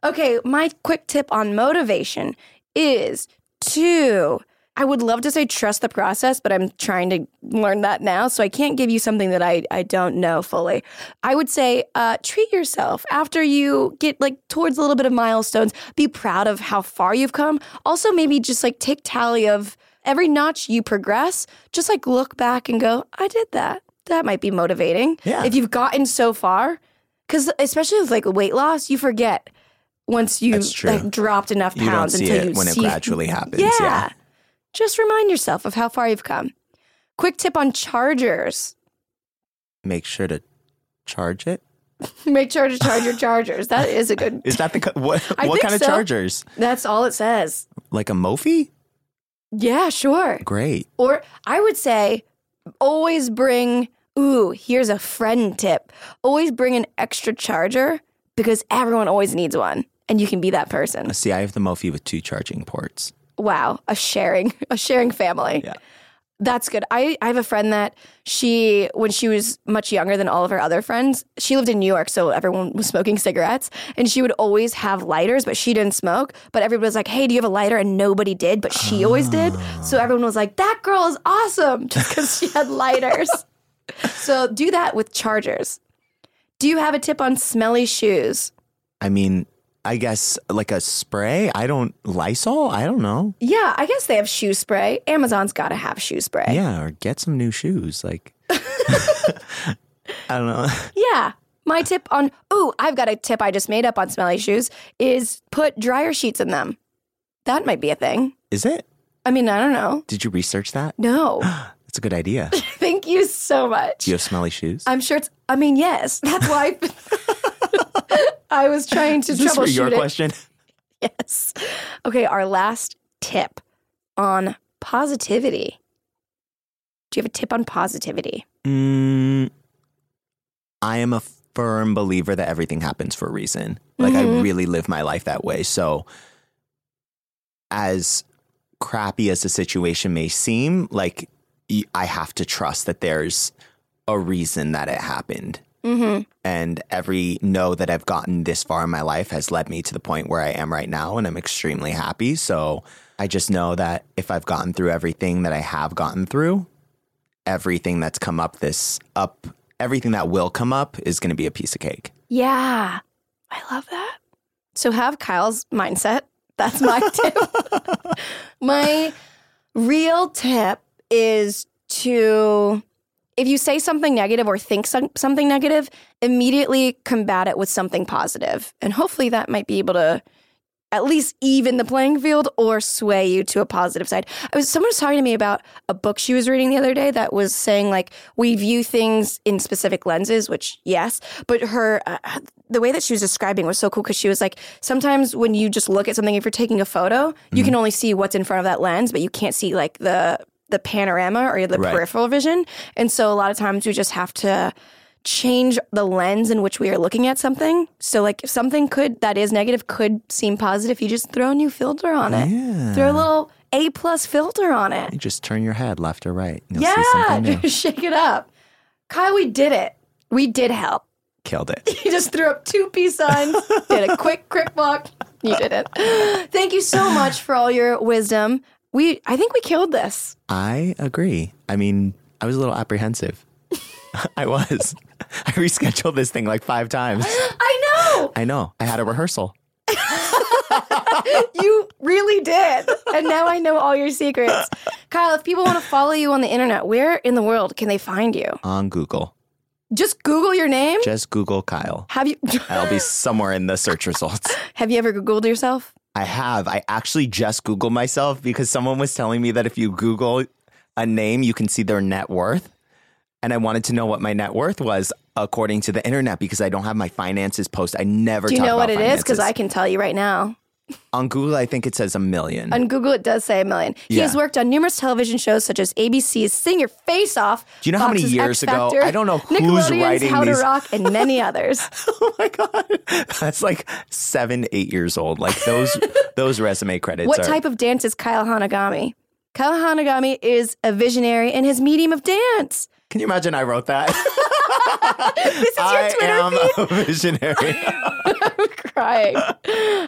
[SPEAKER 4] Okay, my quick tip on motivation is to. I would love to say trust the process, but I'm trying to learn that now. So I can't give you something that I, I don't know fully. I would say uh, treat yourself after you get like towards a little bit of milestones. Be proud of how far you've come. Also, maybe just like take tally of every notch you progress, just like look back and go, I did that. That might be motivating.
[SPEAKER 5] Yeah.
[SPEAKER 4] If you've gotten so far, because especially with like weight loss, you forget once you've
[SPEAKER 5] That's true.
[SPEAKER 4] like dropped enough
[SPEAKER 5] You don't
[SPEAKER 4] pounds
[SPEAKER 5] see
[SPEAKER 4] until
[SPEAKER 5] it
[SPEAKER 4] you
[SPEAKER 5] when it
[SPEAKER 4] see
[SPEAKER 5] gradually happens,
[SPEAKER 4] Yeah.
[SPEAKER 5] yeah.
[SPEAKER 4] Just remind yourself of how far you've come. Quick tip on chargers.
[SPEAKER 5] Make sure to charge it.
[SPEAKER 4] Make sure to charge your chargers. That is a good
[SPEAKER 5] Is that the co- what?
[SPEAKER 4] I
[SPEAKER 5] what
[SPEAKER 4] think
[SPEAKER 5] kind
[SPEAKER 4] so.
[SPEAKER 5] of chargers?
[SPEAKER 4] That's all it says.
[SPEAKER 5] Like a Mophie?
[SPEAKER 4] Yeah, sure.
[SPEAKER 5] Great.
[SPEAKER 4] Or I would say always bring, ooh, here's a friend tip. Always bring an extra charger because everyone always needs one and you can be that person.
[SPEAKER 5] See, I have the Mophie with two charging ports.
[SPEAKER 4] Wow, a sharing, a sharing family.
[SPEAKER 5] Yeah.
[SPEAKER 4] That's good. I, I have a friend that she, when she was much younger than all of her other friends, she lived in New York, so everyone was smoking cigarettes. And she would always have lighters, but she didn't smoke. But everybody was like, hey, do you have a lighter? And nobody did, but she always did. So everyone was like, that girl is awesome just because she had lighters. so do that with chargers. Do you have a tip on smelly shoes?
[SPEAKER 5] I mean, I guess like a spray. I don't Lysol. I don't know.
[SPEAKER 4] Yeah, I guess they have shoe spray. Amazon's got to have shoe spray.
[SPEAKER 5] Yeah, or get some new shoes. Like, I don't know.
[SPEAKER 4] Yeah. My tip on, ooh, I've got a tip I just made up on smelly shoes is put dryer sheets in them. That might be a thing.
[SPEAKER 5] Is it?
[SPEAKER 4] I mean, I don't know.
[SPEAKER 5] Did you research that?
[SPEAKER 4] No.
[SPEAKER 5] That's a good idea.
[SPEAKER 4] Thank you so much.
[SPEAKER 5] Do you have smelly shoes?
[SPEAKER 4] I'm sure it's, I mean, yes. That's why I was trying to
[SPEAKER 5] Is this for
[SPEAKER 4] troubleshoot
[SPEAKER 5] your
[SPEAKER 4] it.
[SPEAKER 5] question?
[SPEAKER 4] Yes. Okay, our last tip on positivity. Do you have a tip on positivity?
[SPEAKER 5] Mm, I am a firm believer that everything happens for a reason. Like
[SPEAKER 4] Mm-hmm.
[SPEAKER 5] I really live my life that way. So as crappy as the situation may seem, like y- I have to trust that there's a reason that it happened.
[SPEAKER 4] Mm-hmm.
[SPEAKER 5] And every no that I've gotten this far in my life has led me to the point where I am right now, and I'm extremely happy. So I just know that if I've gotten through everything that I have gotten through, everything that's come up this up, everything that will come up is going to be a piece of cake.
[SPEAKER 4] Yeah. I love that. So have Kyle's mindset. That's my tip. my real tip is to if you say something negative or think some, something negative, immediately combat it with something positive. And hopefully that might be able to at least even the playing field or sway you to a positive side. I was someone was talking to me about a book she was reading the other day that was saying like we view things in specific lenses, which yes, but her uh, the way that she was describing was so cool because she was like sometimes when you just look at something if you're taking a photo, you can only see what's in front of that lens, but you can't see like the the panorama or the
[SPEAKER 5] Right.
[SPEAKER 4] peripheral vision. And so a lot of times we just have to change the lens in which we are looking at something. So like if something could that is negative could seem positive, you just throw a new filter on it. Throw a little A plus filter on it.
[SPEAKER 5] You just turn your head left or right. and You'll see
[SPEAKER 4] Yeah.
[SPEAKER 5] something new.
[SPEAKER 4] Just shake it up. Kyle, we did it. We did help.
[SPEAKER 5] Killed it.
[SPEAKER 4] You just threw up two peace signs, did a quick crick walk. You did it. Thank you so much for all your wisdom. We I think we killed this.
[SPEAKER 5] I agree. I mean, I was a little apprehensive. I was. I rescheduled this thing like five times.
[SPEAKER 4] I know.
[SPEAKER 5] I know. I had a rehearsal.
[SPEAKER 4] You really did. And now I know all your secrets. Kyle, if people want to follow you on the internet, where in the world can they find you?
[SPEAKER 5] on Google.
[SPEAKER 4] Just Google your name.
[SPEAKER 5] Just Google Kyle.
[SPEAKER 4] Have you
[SPEAKER 5] I'll be somewhere in the search results.
[SPEAKER 4] have you ever Googled yourself?
[SPEAKER 5] I have. I actually just Googled myself because someone was telling me that if you Google a name, you can see their net worth. And I wanted to know what my net worth was according to the internet because I don't have my finances post. I never
[SPEAKER 4] Do you
[SPEAKER 5] talk
[SPEAKER 4] know what
[SPEAKER 5] about
[SPEAKER 4] it is? Because
[SPEAKER 5] finances.
[SPEAKER 4] I can tell you right now.
[SPEAKER 5] on Google, I think it says a million.
[SPEAKER 4] On Google, it does say a million. He has
[SPEAKER 5] Mm. Yeah.
[SPEAKER 4] worked on numerous television shows such as ABC's Sing Your Face Off.
[SPEAKER 5] Do you know how many
[SPEAKER 4] Fox's
[SPEAKER 5] years
[SPEAKER 4] X Factor,
[SPEAKER 5] ago- I don't know who's
[SPEAKER 4] Nickelodeon's
[SPEAKER 5] writing
[SPEAKER 4] How
[SPEAKER 5] these-
[SPEAKER 4] to Rock and many others.
[SPEAKER 5] oh my god, that's like seven, eight years old. Like those those resume credits.
[SPEAKER 4] what
[SPEAKER 5] are,
[SPEAKER 4] type of dance is Kyle Hanagami? Kyle Hanagami is a visionary in his medium of dance.
[SPEAKER 5] Can you imagine? I wrote that.
[SPEAKER 4] This is your
[SPEAKER 5] I
[SPEAKER 4] Twitter
[SPEAKER 5] am
[SPEAKER 4] feed.
[SPEAKER 5] a visionary.
[SPEAKER 4] crying.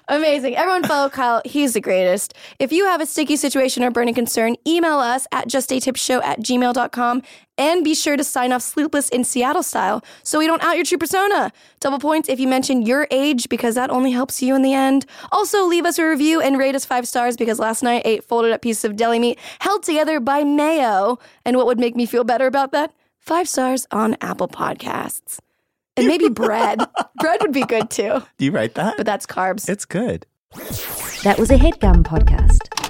[SPEAKER 4] Amazing. Everyone follow Kyle. He's the greatest. If you have a sticky situation or burning concern, email us at justatipshow at gmail.com and be sure to sign off Sleepless in Seattle style so we don't out your true persona. Double points if you mention your age because that only helps you in the end. Also, leave us a review and rate us five stars because last night I ate folded up pieces of deli meat held together by mayo. And what would make me feel better about that? Five stars on Apple Podcasts. And maybe bread. bread would be good too
[SPEAKER 5] Do you write that?
[SPEAKER 4] but that's carbs.
[SPEAKER 5] It's good.
[SPEAKER 1] That was a headgum podcast.